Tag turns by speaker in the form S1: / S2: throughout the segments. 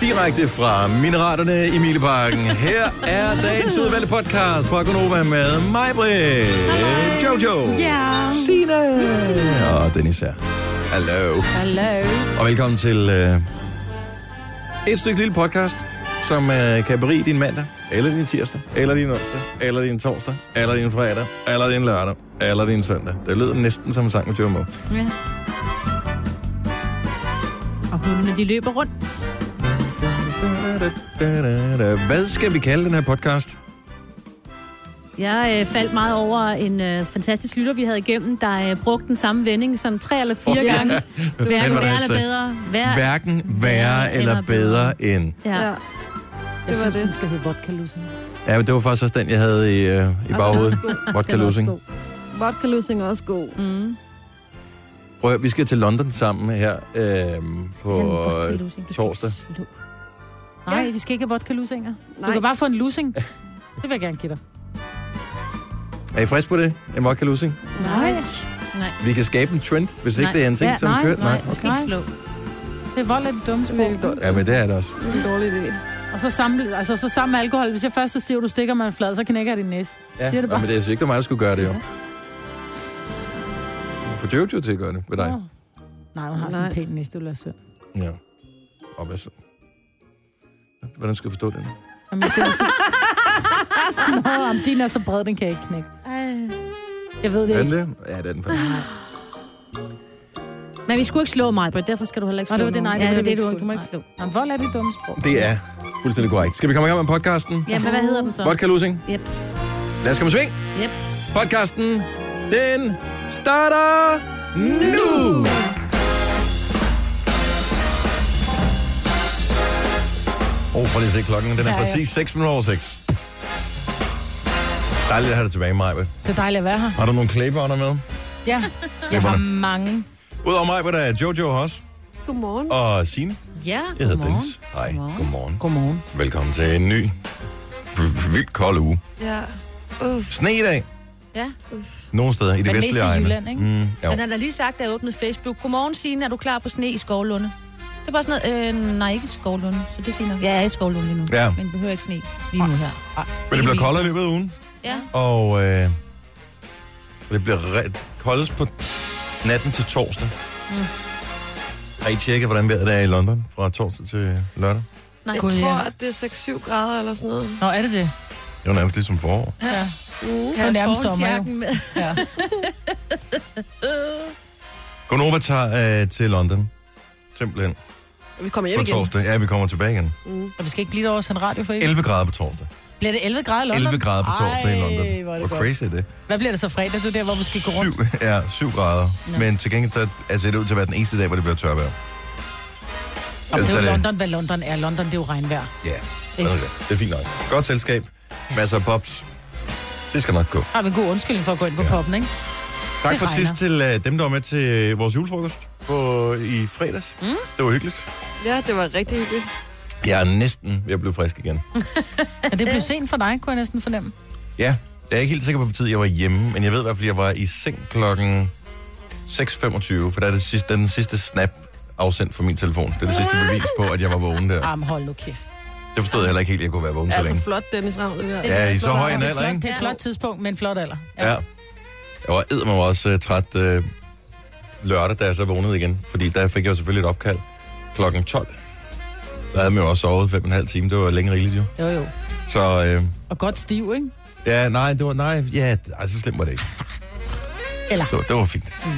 S1: Direkte fra Mineraterne i Mileparken. Her er dagens udvalgte podcast fra Gonova med mig, Britt, Jojo,
S2: Ja.
S1: Sina og Dennis her. Hallo.
S2: Hallo.
S1: Og velkommen til øh, et stykke lille podcast, som øh, kan berige din mandag, eller din tirsdag, eller din onsdag, eller din torsdag, eller din fredag, eller din lørdag, eller din søndag. Det lyder næsten som en sang med Jojo Moe.
S2: Ja. Og hundene, de løber rundt.
S1: Hvad skal vi kalde den her podcast?
S2: Jeg øh, faldt meget over en øh, fantastisk lytter, vi havde igennem, der øh, brugte den samme vending sådan tre eller fire
S1: Ja.
S2: gange.
S1: Hvad
S2: Hverken
S1: fanden var det, jeg sagde?
S2: værre eller bedre. Hver,
S1: Hverken værre eller bedre end...
S2: Ja.
S3: Ja.
S2: Jeg
S3: Det var
S2: synes,
S3: det.
S2: den skal hedde vodka lussing.
S1: Ja, men det var faktisk også den, jeg havde i, øh, i baghovedet. Vodka losing.
S3: Vodka losing er også god.
S2: Mm.
S1: Prøv at, høre, vi skal til London sammen her øh, på... øh,
S2: Den vodka losing. Du skal
S1: torsdag.
S2: ikke slå. Nej, vi skal ikke have vodka lusinger. Du
S3: Nej.
S2: kan bare få en lussing. Det vil jeg gerne give dig.
S1: Er I frisk på det? En vodka losing?
S2: Nej.
S1: Vi kan skabe en trend, hvis ikke
S2: Nej.
S1: det er en ting,
S2: Ja,
S1: som
S2: nej,
S1: kørt.
S2: nej.
S1: Nej.
S2: Du skal ikke slå. Det er vold af det dumme
S3: Det er
S2: sprog.
S3: virkelig godt.
S1: Ja, men det er det også.
S3: Det er en dårlig idé.
S2: Og så sammen, altså, så sammen med alkohol. Hvis jeg først er stiv, du stikker mig en flad, så knækker jeg din næse.
S1: Ja.
S2: Siger det
S1: Nå,
S2: bare.
S1: men det er så ikke, der mig, der skulle gøre det jo. Få Jojo til at gøre det ved dig.
S2: Åh. Nej, hun har sådan en
S3: Nej.
S2: pæn næse, du lader sød.
S1: Ja. Og hvad så? Hvordan skal jeg forstå det?
S2: Jamen, jeg ser det sød. Nå, om din er så bred, den kan jeg ikke knække. Jeg ved det
S1: Er
S2: ikke.
S1: den det? Ja, det er den faktisk.
S4: Men vi skulle ikke slå mig, Britt, derfor skal du heller ikke slå
S2: Og det var det, nej,
S4: nogen.
S2: det
S4: ja,
S2: var
S4: det,
S2: det,
S4: det,
S2: vi skulle.
S4: det, du ikke, du må ikke slå.
S2: Jamen, vold er det dumme sprog.
S1: Det er fuldstændig korrekt. Skal vi komme i gang med podcasten?
S4: Ja, men hvad hedder den så?
S1: Vodka Losing.
S4: Jeps.
S1: Lad os komme i sving.
S4: Jeps.
S1: Podcasten, den starter nu! Åh, oh, prøv lige at se klokken. Den er
S2: Ja, ja.
S1: præcis 6 minutter over 6. Dejligt at have dig tilbage, Majbe.
S2: Det er dejligt at være her.
S1: Har du nogle klæbeånder med?
S2: Ja, jeg har mange.
S1: Udover Majbe, der er Jojo her også.
S3: Godmorgen.
S1: Og Signe.
S4: Ja,
S1: Jeg hedder
S4: Ah, godmorgen.
S1: Dennis. Hej,
S4: Godmorgen.
S1: godmorgen.
S2: Godmorgen.
S1: Velkommen til en ny, vildt kold uge.
S3: Ja. Uff.
S1: Sne i dag.
S4: Ja.
S1: Nogle steder i det
S2: Men mest
S1: vestlige
S2: i
S1: egne.
S2: Jylland, ikke?
S1: Mm, jo.
S4: Men han har lige sagt, at jeg åbnede Facebook. Godmorgen, Signe. Er du klar på sne i Skovlunde? Det er bare sådan noget, øh, nej, ikke i Skovlunde, så det er fint nok. Jeg er i Skovlunde lige nu,
S1: Ja.
S4: men jeg behøver ikke sne lige nu her.
S1: Men det bliver koldere i løbet af ugen,
S4: Ja,
S1: og øh, det bliver re- koldest på natten til torsdag. Mm. Har I tjekket, hvordan vejret er i London fra torsdag til lørdag?
S4: nej.
S3: Jeg
S2: God, ja.
S3: tror, at det er 6-7 grader eller sådan noget.
S2: Nå, er det det?
S1: Det var nærmest ligesom forår.
S2: Ja.
S3: Uh.
S2: Det er nærmest sommer, jo.
S4: forholdsjakken med.
S2: Ja.
S1: Gonova tager øh, til London. Simpelthen.
S3: Vi kommer hjem
S1: På
S3: igen. Mm.
S1: torsdag. Ja, vi kommer tilbage igen.
S2: Og vi skal ikke blive derovre og sende radio for ikke.
S1: 11 grader på torsdag.
S2: Bliver det 11 grader i London?
S1: 11 grader på torsdag i London.
S2: Ej, hvor er det
S1: Hvor
S2: godt.
S1: crazy er det?
S2: Hvad bliver det så fredag? Det er der, hvor vi skal gå rundt.
S1: 7, ja, 7 grader.
S2: Nå.
S1: Men til gengæld så er- altså, ser det ud til at være den eneste dag, hvor det bliver tørt vejr.
S2: Om
S1: Ellers
S2: det er
S1: er
S2: jo
S1: det-
S2: London, hvad London er. London, det er jo regnvejr.
S1: Ja, yeah. det er fint nok. Godt selskab. Masser af pops. Det skal nok gå.
S2: Har vi en god undskyldning for at gå ind på
S1: Ja.
S2: ja. poppen, ikke?
S1: Tak
S2: Det
S1: for
S2: regner.
S1: sidst til uh, dem, der var med til uh, vores julefrokost på, i fredags. Mm. Det var hyggeligt.
S3: Ja, det var rigtig hyggeligt.
S1: Jeg er næsten ved at blive frisk igen.
S2: Men det blev sent for dig, kunne jeg næsten fornemme.
S1: ja, jeg er ikke helt sikker på, hvor tid jeg var hjemme, men jeg ved i hvert fald, at jeg var i seng klokken 6.25, for der er det sidste, der er den sidste snap afsendt fra min telefon. Det er det sidste bevis på, at jeg var vågen der.
S2: Arm, hold nu kæft.
S1: Det forstod jeg heller ikke helt, at jeg kunne være vågen så
S3: Altså
S1: længe.
S3: flot, Dennis Ravn, det der.
S1: Ja, i så høj en
S2: Det er,
S1: alder,
S2: flot, det
S1: ikke?
S2: er et flot tidspunkt, men flot alder.
S1: Ja. Jeg var eddermame også uh, træt uh, lørdag, da jeg så vågnede igen, fordi der fik jeg jo selvfølgelig et opkald klokken 12. Så havde man jo også sovet fem og en halv time. Det var længe rigeligt jo.
S2: Jo, jo.
S1: Så øh,
S2: Og godt stiv, ikke?
S1: ja, nej, det var, nej, ja, ej, så slemt var det ikke.
S2: Eller?
S1: Det var, det var fint. Mm.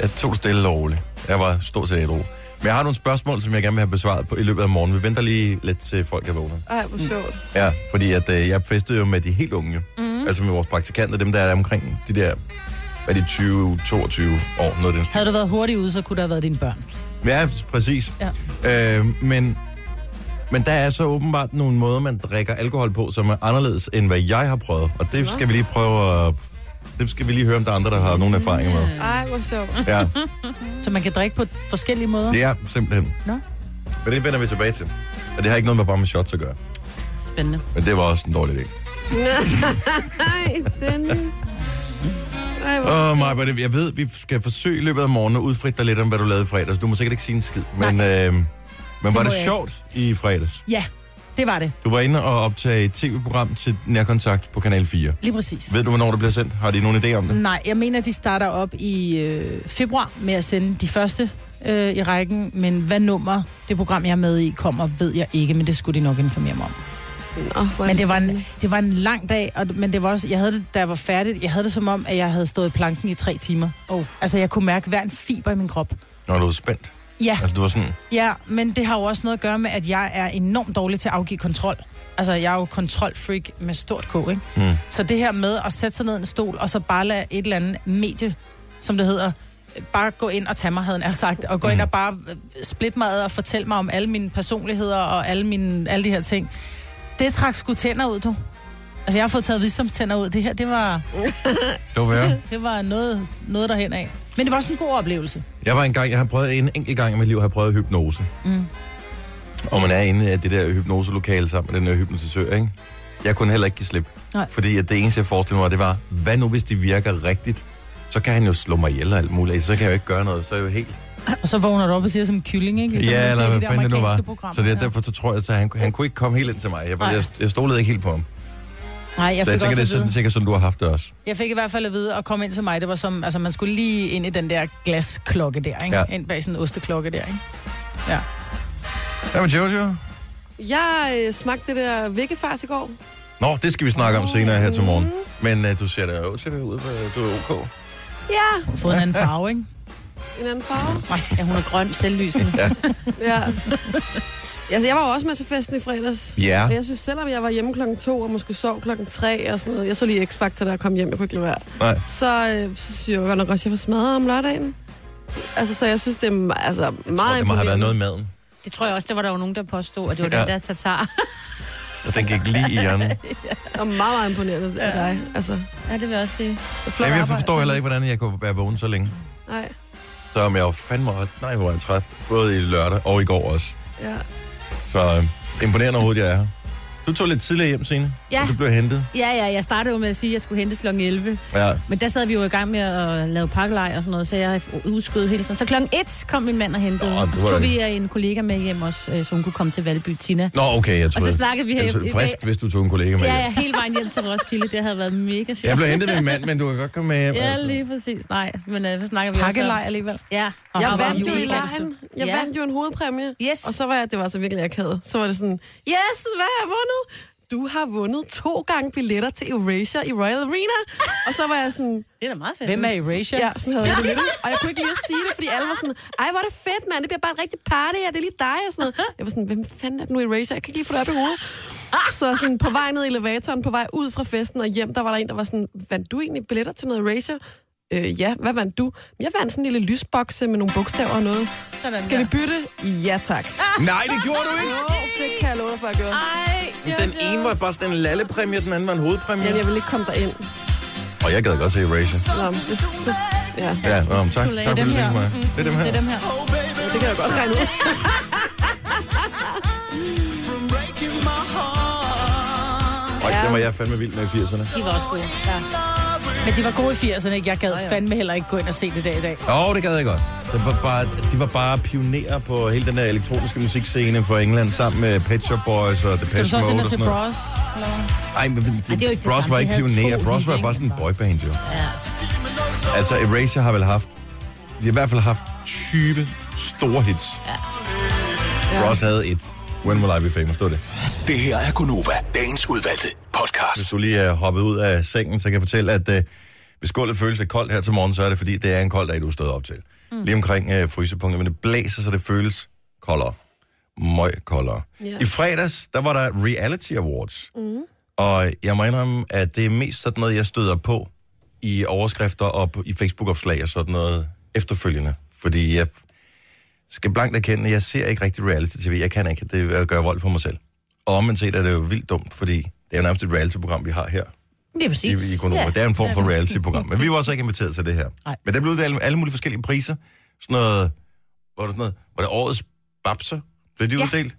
S1: Jeg tog det stille og roligt. Jeg var stort set ædru. Men jeg har nogle spørgsmål, som jeg gerne vil have besvaret på i løbet af morgenen. Vi venter lige lidt til folk er vågnet.
S3: Ej,
S2: Mm.
S3: hvor sjovt.
S1: Ja, fordi at, øh, jeg festede jo med de helt unge. Mm. Altså med vores praktikanter, dem der er omkring de der, hvad er de 20, 22 år, noget af den stil.
S2: Havde du været hurtig ude, så kunne der have været dine børn.
S1: Ja, præcis. Ja. Øh, men, men der er så åbenbart nogle måder, man drikker alkohol på, som er anderledes, end hvad jeg har prøvet. Og det skal vi lige prøve at... Det skal vi lige høre, om der er andre, der har nogle erfaringer med.
S3: Ej, hvor sjovt.
S1: Ja,
S2: Så man kan drikke på forskellige måder.
S1: det er simpelthen.
S2: Nå.
S1: Men det vender vi tilbage til. Og det har ikke noget med bare med shots at gøre.
S4: Spændende.
S1: Men det var også en dårlig idé.
S3: Nej, Dennis. Ej, hvor...
S1: Åh, oh, Maja, men jeg ved, vi skal forsøge i løbet af morgenen at udfritte dig lidt om, hvad du lavede i fredags. Du må sikkert ikke sige en skid, men øh, Men var
S2: må
S1: det
S2: jeg ikke.
S1: sjovt i fredags?
S2: Ja, det var det.
S1: Du var inde og optage et tv-program til Nærkontakt på Kanal 4.
S2: Lige præcis. Mm.
S1: Ved du, hvornår det bliver sendt? Har de nogen idé om det?
S2: Nej, jeg mener, de starter op i øh, februar med at sende de første øh, i rækken, men hvad nummer det program, jeg er med i, kommer, ved jeg ikke, men det skulle de nok informere mig om.
S3: Nå, hvor er
S2: Men det var en,
S3: spændende.
S2: det var en lang dag, og, men det var også, jeg havde det, da jeg var færdig, jeg havde det som om, at jeg havde stået i planken i tre timer. Oh. Altså, jeg kunne mærke hver en fiber i min krop.
S1: Når du er spændt.
S2: Ja,
S1: Altså, du var sådan...
S2: ja, men det har jo også noget at gøre med, at jeg er enormt dårlig til at afgive kontrol. Altså, jeg er jo kontrolfreak med stort K, ikke?
S1: Mm.
S2: Så det her med at sætte sig ned i en stol, og så bare lade et eller andet medie, som det hedder, bare gå ind og tage mig, havde han sagt, og gå ind og bare øh, splitte mig ad og fortælle mig om alle mine personligheder og alle, mine, alle de her ting. Det trak sgu tænder ud, du. Altså, jeg har fået taget visdomstænder ud. Det her, det var,
S1: Det var værre.
S2: det var noget, noget derhen af. Men det var også en god oplevelse.
S1: Jeg var engang, jeg har prøvet en enkelt gang i mit liv, har jeg prøvet hypnose.
S2: Mm.
S1: Og man er inde i det der hypnoselokale sammen med den der hypnotisør, ikke? Jeg kunne heller ikke give slip.
S2: Nej.
S1: Fordi at det eneste, jeg forestillede mig, det var, hvad nu hvis det virker rigtigt? Så kan han jo slå mig ihjel og alt muligt. Så kan jeg jo ikke gøre noget, så er jeg jo helt...
S2: Og så vågner du op og siger som en kylling, ikke? Ligesom man
S1: ja,
S2: ser i
S1: eller
S2: de
S1: hvad
S2: der
S1: fanden det nu var.
S2: amerikanske programmer,
S1: Så det er
S2: ja.
S1: derfor, så tror jeg, at han, han kunne ikke komme helt ind til mig. Jeg, var,
S2: Nej.
S1: jeg, jeg stolede ikke helt på ham.
S2: Nej, jeg
S1: så jeg
S2: fik
S1: tænker,
S2: også
S1: det er
S2: at vide.
S1: sådan, sikkert sådan, du har haft det også.
S2: Jeg fik i hvert fald at vide at komme ind til mig, det var som, altså man skulle lige ind i den der glasklokke der, ikke?
S1: Ja.
S2: Ja. Ind bag sådan en osteklokke der, ikke?
S1: Hvad med Jojo?
S3: Jeg øh, smagte det der vækkefars i går.
S1: Nå, det skal vi snakke om senere her til morgen.
S2: Mm.
S1: Men uh, du ser da ud til at være ude, på- du er ok.
S3: Ja,
S2: Og fået en anden farve, ikke?
S3: en anden farve.
S2: Nej,
S5: Ja, hun er grøn, selvlysende.
S3: Ja. altså, jeg var jo også med til festen i fredags.
S1: Ja.
S3: Og jeg synes, selvom jeg var hjemme klokken to, og måske sov klokken tre og sådan noget, jeg så lige X-Factor, der kom hjem, jeg kunne ikke lade være,
S1: Nej.
S3: så, øh, så synes jeg jo godt nok også, at jeg var smadret om lørdagen. Altså, så jeg synes, det er altså, meget
S1: Og det må have været
S3: imponerende.
S1: noget i maden.
S5: Det tror jeg også, der var der jo nogen, der påstod, at det var
S1: Ja.
S5: ja. den der tatar.
S1: Og den gik lige i hjernen.
S3: Og meget, meget imponerende af dig. Altså,
S5: Ja, det vil jeg også sige.
S3: flot
S1: Jamen, jeg
S3: arbejde.
S1: forstår heller ikke, hvordan jeg kunne være vågen så længe.
S3: Nej,
S1: Så om jeg var fandme ret. Nej, hvor var jeg træt. Både i lørdag og i går også.
S3: ja.
S1: Så øh, imponerende overhovedet, jeg er her. Du tog lidt tidligere hjem, Signe.
S4: Ja.
S1: Så du blev hentet.
S4: Ja, ja, jeg startede jo med at sige, at jeg skulle hentes kl. 11.
S1: Ja.
S4: Men der sad vi jo i gang med at lave pakkelej og sådan noget, så jeg udskød hele tiden. Så klokken 1 kom min mand og hentede.
S1: Nå,
S4: og
S1: det
S4: så
S1: var
S4: tog
S1: da-
S4: vi øh, en kollega med hjem også, øh, så hun kunne komme til Valby Tina.
S1: Nå, okay, jeg
S4: Og
S1: troede.
S4: så snakkede vi her
S1: altså,
S4: i dag.
S1: frisk, hvis du tog en kollega med
S4: Ja,
S1: hjem.
S4: ja, hele vejen hjem til Roskilde. Det havde været mega sjovt.
S1: Jeg blev hentet med min mand, men du kan godt komme med hjem. altså.
S4: Ja, lige præcis. Nej, men øh, så snakker vi
S2: Pakkelej
S4: også
S2: alligevel.
S4: om- Ja.
S2: Og
S3: Jeg
S2: så var
S3: vandt jo i
S2: julegattestue.
S3: lejen. Jeg
S4: Ja.
S3: vandt jo en hovedpræmie.
S4: Yes.
S3: Og så var jeg, det var så virkelig akavet. Så var det sådan, yes, hvad har jeg vundet? Du har vundet to gange billetter til Erasure i Royal Arena. Og så var jeg sådan,
S4: Det er da meget fedt.
S2: Hvem er Erasure?
S3: ja, sådan havde jeg det lidt. Og jeg kunne ikke lige at sige det, fordi alle var sådan, ej, hvor er det fedt, mand. Det bliver bare et rigtigt party, ja, det er lige dig og sådan noget. Jeg var sådan, hvem fanden er det nu Erasure? Jeg kan ikke lige få det op i hovedet. Så sådan på vej ned i elevatoren, på vej ud fra festen og hjem, der var der en, der var sådan, vandt du egentlig billetter til noget Erasure? Øh, ja, hvad vandt du? Jeg vandt sådan en lille lysbokse med nogle bogstaver og noget.
S4: Sådan
S3: Skal vi bytte? Ja, tak.
S1: Nej, det gjorde du ikke.
S3: Jo, det kan jeg love dig for at gøre.
S1: Den ene var bare sådan en lallepræmie, den anden var en hovedpræmie.
S3: Jamen, jeg vil ikke komme derind.
S1: Og jeg gad godt se Erasure.
S3: Nå, men det, så, ja,
S1: Ja, nå, men tak. Tak for
S2: dem
S1: det,
S2: her.
S3: Mm,
S1: mig. Det er dem her.
S2: Det er dem her.
S3: det kan jeg godt regne ud.
S1: Og den var jeg fandme vild med i 80'erne.
S5: De var også gode. Ja.
S2: Men de var gode i 80'erne, ikke? Jeg gad fandme heller ikke gå ind og se det dag i dag.
S1: Åh, oh, det gad jeg godt. Det var bare, de var bare pionerer på hele den der elektroniske musikscene for England, sammen med Pet Shop Boys og
S2: Skal du
S1: Depeche
S2: så også ind
S1: Mode
S2: og
S1: og
S2: se
S1: sådan noget.
S2: Bros? Eller hvad?
S1: Ej, men
S4: det er jo
S1: de,
S4: ikke det
S1: Bros
S4: samme.
S1: var
S4: De
S1: ikke
S4: havde to
S1: pionerer.
S4: i
S1: Bros var bare
S4: England
S1: sådan en
S4: bare.
S1: boyband, jo.
S4: ja.
S1: Altså, Erasure har vel haft... De har i hvert fald haft 20 store hits. Ja. Bros havde et. When Will I Be Famous, stod det.
S6: Det her er Gunova, dagens udvalgte podcast.
S1: Hvis du lige er hoppet ud af sengen, så kan jeg fortælle, at øh, hvis gulvet føles lidt koldt her til morgen, så er det fordi, det er en kold dag, du er stået op til. Mm. Lige omkring øh, frysepunktet, men det blæser, så det føles koldere. Møg koldere.
S3: Ja.
S1: I fredags, der var der Reality Awards. Mm. Og jeg må indrømme, at det er mest sådan noget, jeg støder på i overskrifter og på- i Facebook-opslag og sådan noget efterfølgende. Fordi jeg skal blankt erkende, at jeg ser ikke rigtig reality-tv. Jeg kan ikke. Det gør vold på mig selv. Og omvendt set er det jo vildt dumt, fordi det er nærmest et reality-program, vi har her
S5: Det er præcis.
S1: i, i Konoba. Ja. Det er en form for reality-program. Men vi var også ikke inviteret til det her.
S2: Nej.
S1: Men der blev uddelt alle, alle mulige forskellige priser. Sådan noget, var det sådan noget, var det årets babser? Blev de ja.
S5: Ja.
S1: uddelt?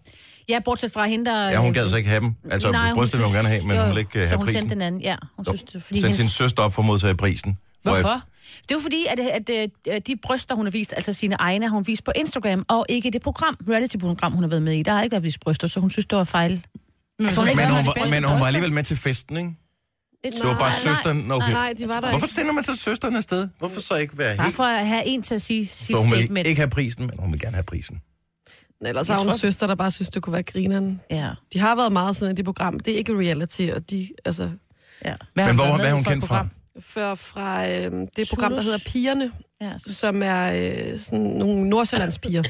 S5: Ja, bortset fra hende, der...
S1: Ja, hun gad så ikke have dem. Altså, Nej, brystet ville hun gerne have, men
S5: jo,
S1: hun ville ikke
S5: jo.
S1: uh,
S5: Så
S1: have
S5: hun
S1: prisen.
S5: sendte den anden, ja. Hun
S1: Jo.
S5: synes, det, fordi
S1: Sendte sin
S5: hendes...
S1: søster op for at modtage prisen. Hvor jeg-
S2: Hvorfor?
S5: Det er jo fordi, at, øh, at, at de bryster, hun har vist, altså sine egne, har hun vist på Instagram, og ikke i det program, reality-program, hun har været med i. Der har ikke været vist bryster, så hun synes, det var fejl. Altså, hun har ikke
S1: Men
S5: været
S1: hun,
S5: med
S1: var,
S5: til
S1: men
S5: bryster.
S1: hun var alligevel med til festen, ikke?
S5: Det
S1: Det var bare
S5: Nej,
S1: søsteren. Okay.
S3: Nej, de var der
S1: Hvorfor
S3: ikke.
S1: sender man så søsteren afsted? Hvorfor så ikke være
S5: Bare
S1: helt...
S5: for at have en til at sige sit
S1: Så hun vil
S5: statement.
S1: ikke have prisen, men hun vil gerne have prisen.
S3: Ellers har hun en søster, der bare synes, det kunne være grineren.
S5: Ja,
S3: De har været meget sådan i det program. Det er ikke reality, og de, altså,
S5: ja.
S1: Men
S2: Hvad har
S1: hvor,
S2: hun været
S1: hvad
S2: med
S1: er
S2: i
S1: hun
S2: for et
S1: kendt fra?
S2: program?
S3: før fra øh, det program, der
S5: Zulus.
S3: hedder Pigerne,
S5: ja. så-
S3: som er øh, sådan nogle nordsjællandspiger.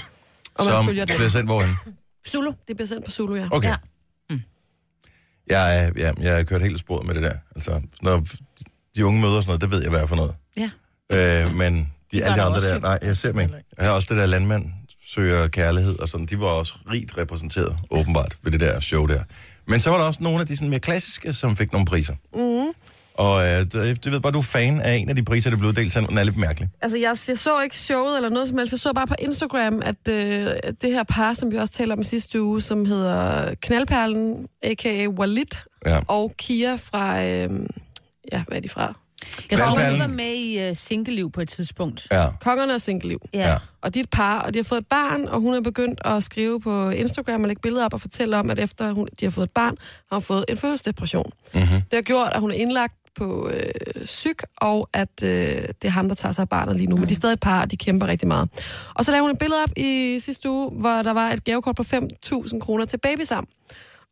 S3: Og man
S1: Som
S3: følger det.
S1: bliver sendt hvorhen?
S5: Zulu.
S3: Det bliver sendt på Zulu, ja.
S1: Okay.
S5: Ja.
S1: Jeg, er- ja, jeg har kørt helt sporet med det der. Altså, når de unge møder og sådan noget, det ved jeg, hvad er for noget.
S5: Ja.
S1: Øh, men de, alle de
S2: da
S1: andre
S2: også
S1: der,
S2: sødt.
S1: nej, jeg ser dem ikke. Jeg har også det der landmand søger kærlighed og sådan. De var også rigt repræsenteret, åbenbart, ved det der show der. Men så var der også nogle af de sådan mere klassiske, som fik nogle priser. Mm.
S3: Mhm.
S1: Og øh, det, det ved bare, du er fan af en af de priser, der blev uddelt, så den er lidt mærkelig.
S3: Altså, jeg, jeg så ikke showet eller noget som helst. Jeg så bare på Instagram, at øh, at det her par, som vi også talte om i sidste uge, som hedder Knaldperlen, a.k.a. Walid,
S1: Ja.
S3: og Kia fra... Øh, ja, hvad er de fra?
S5: Jeg tror, hun
S1: Vandperlen.
S5: var med i uh, single-liv på et tidspunkt.
S1: Ja.
S3: Kongerne og Single
S5: Ja.
S1: Ja.
S5: ja.
S3: Og de er et par, og de har fået et barn, og hun er begyndt at skrive på Instagram og lægge billeder op og fortælle om, at efter hun, de har fået et barn, har hun fået en fødselsdepression. Mm-hmm. Det har gjort, at hun er indlagt på øh, syg, og at øh, det er ham, der tager sig af barnet lige nu. Men de er stadig et par, og de kæmper rigtig meget. Og så lavede hun et billede op i sidste uge, hvor der var et gavekort på 5.000 kroner til babysam.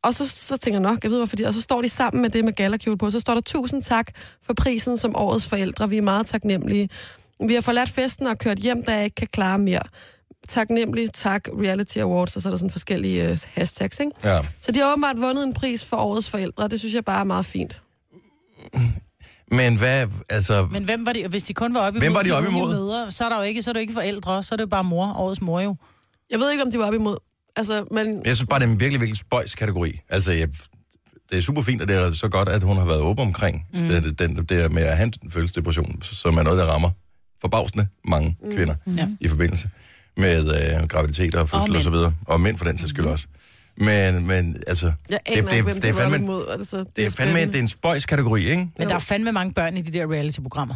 S3: Og så, så tænker jeg nok, jeg ved hvorfor de, og så står de sammen med det med gallerkjole på, så står der tusind tak for prisen som årets forældre, vi er meget taknemmelige. Vi har forladt festen og kørt hjem, da jeg ikke kan klare mere. Taknemmelig, tak, Reality Awards, og så er der sådan forskellige øh, hashtags, ikke?
S1: Ja.
S3: Så de har åbenbart vundet en pris for årets forældre, og det synes jeg bare er meget fint.
S1: Men hvad, altså...
S2: Men hvem var de, hvis de kun var oppe imod?
S1: Hvem var de oppe
S2: unge
S1: imod?
S2: Mødre, så er der jo ikke, så er det jo ikke forældre, så er det jo bare mor, årets mor jo.
S3: Jeg ved ikke, om de var op imod. Altså, men
S1: Jeg synes bare, det er en virkelig, virkelig spøjs kategori. Altså, jeg, det er super fint, og det er så godt, at hun har været åben omkring mm. det, det, den, det der med at have en følelsesdepression, som er noget, der rammer forbavsende mange mm. kvinder
S2: Ja.
S1: i forbindelse med øh, graviditet og fødsel og,
S2: mænd.
S1: så videre. Og mænd for den sags skyld også. Men, men altså,
S3: jeg
S1: det,
S3: aner ikke, hvem
S1: det, er
S3: de var op
S1: fandme,
S3: imod. Altså, det,
S1: det er fandme, det er en spøjs kategori, ikke?
S2: Men
S3: Jo.
S2: der er fandme mange børn i de der reality-programmer.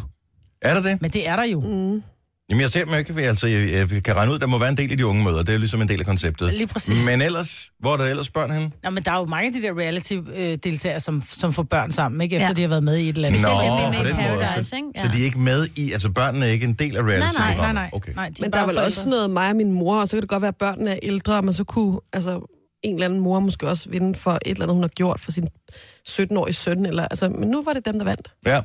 S1: Er der det?
S2: Men det er der jo. Mm.
S1: Jamen, jeg ser dem jo ikke, for altså, jeg, jeg kan regne ud, der må være en del i de unge møder. Det er jo ligesom en del af konceptet.
S2: Lige præcis.
S1: Men ellers, hvor er der ellers børn henne?
S2: Nå, men der er jo mange af de der reality-deltagere, som, som får børn sammen, ikke? Efter ja.
S5: Ja.
S2: de har været med i et eller andet.
S5: Specielt
S1: Nå,
S5: dem, der er med
S1: på
S5: i
S1: den måde.
S5: Paradise,
S1: Så-
S5: ikke?
S1: Så de er ikke med i, altså børnene er ikke en del af reality
S2: Nej, nej, nej.
S1: Okay.
S2: nej de
S3: Men der
S2: bare
S3: er vel
S2: forældre.
S3: også noget mig og min mor, og så kan det godt være, at børnene er ældre, og man så kunne, altså en eller anden mor måske også vinde for et eller andet, hun har gjort for sin 17-årige søn. Eller, altså, men nu var det dem, der vandt.
S1: Ja.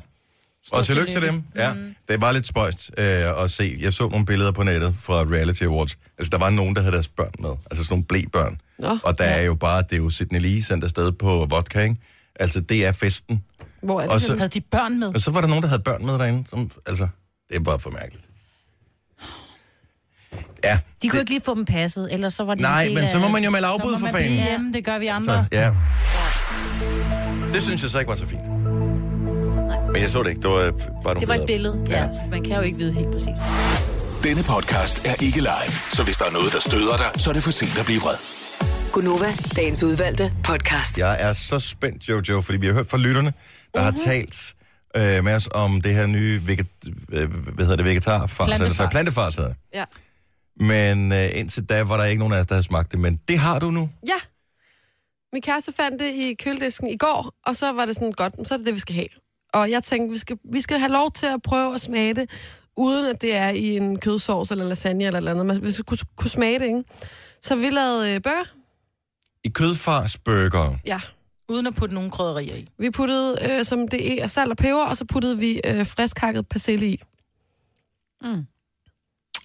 S1: Og tillykke til dem. Ja.
S5: Mhm.
S1: Det er bare lidt spøjst øh, at se. Jeg så nogle billeder på nettet fra Reality Awards. Altså, der var nogen, der havde deres børn med. Altså sådan nogle blæbørn.
S3: Nå.
S1: Og der er jo bare, det er jo Sidney Lee sendt afsted på vodka, ikke? Altså, det er festen.
S3: Hvor er det?
S1: Og
S3: henne?
S1: så,
S2: Havde de børn med?
S1: og så var der nogen, der havde børn med derinde. Som, altså, det er bare for mærkeligt. Ja.
S5: De kunne
S1: det-
S5: ikke lige få dem passet, ellers så var de en
S1: Nej,
S5: del
S1: men
S5: af-
S1: så må man jo melde
S2: Så må
S1: afbud for
S2: man blive
S1: fanden.
S2: hjemme, det gør vi andre.
S1: Så, ja. Det synes jeg så ikke var så fint. Men jeg så det ikke. Det var øh, bare nogle
S5: Det var et
S1: billeder.
S5: billede, ja. Så man kan jo ikke vide helt præcis.
S6: Denne podcast er ikke live, så hvis der er noget, der støder dig, så er det for sent at blive vred.
S7: Gunova, dagens udvalgte podcast.
S1: Jeg er så spændt, Jojo, fordi vi har hørt fra lytterne, der har talt øh, med os om det her nye veget, øh, hvad hedder det, vegetarfars.
S2: Plantefars.
S1: Altså, plantefars hedder det.
S3: Ja.
S1: Men øh, indtil da var der ikke nogen af os, der havde smagt det. Men det har du nu.
S3: ja. Min kæreste fandt det i køledisken i går, og så var det sådan, godt, men så er det det, vi skal have. Og jeg tænkte, vi skal, vi skal have lov til at prøve at smage det, uden at det er i en kødsovs eller lasagne eller et eller andet. Men vi skal kunne, kunne smage det, ikke? Så vi lavede øh, burger.
S1: I kødfarsburger.
S3: Ja.
S2: Uden at putte nogen krydderier i.
S3: Vi puttede, øh, som det er, salt og peber, og så puttede vi øh, friskhakket persille i.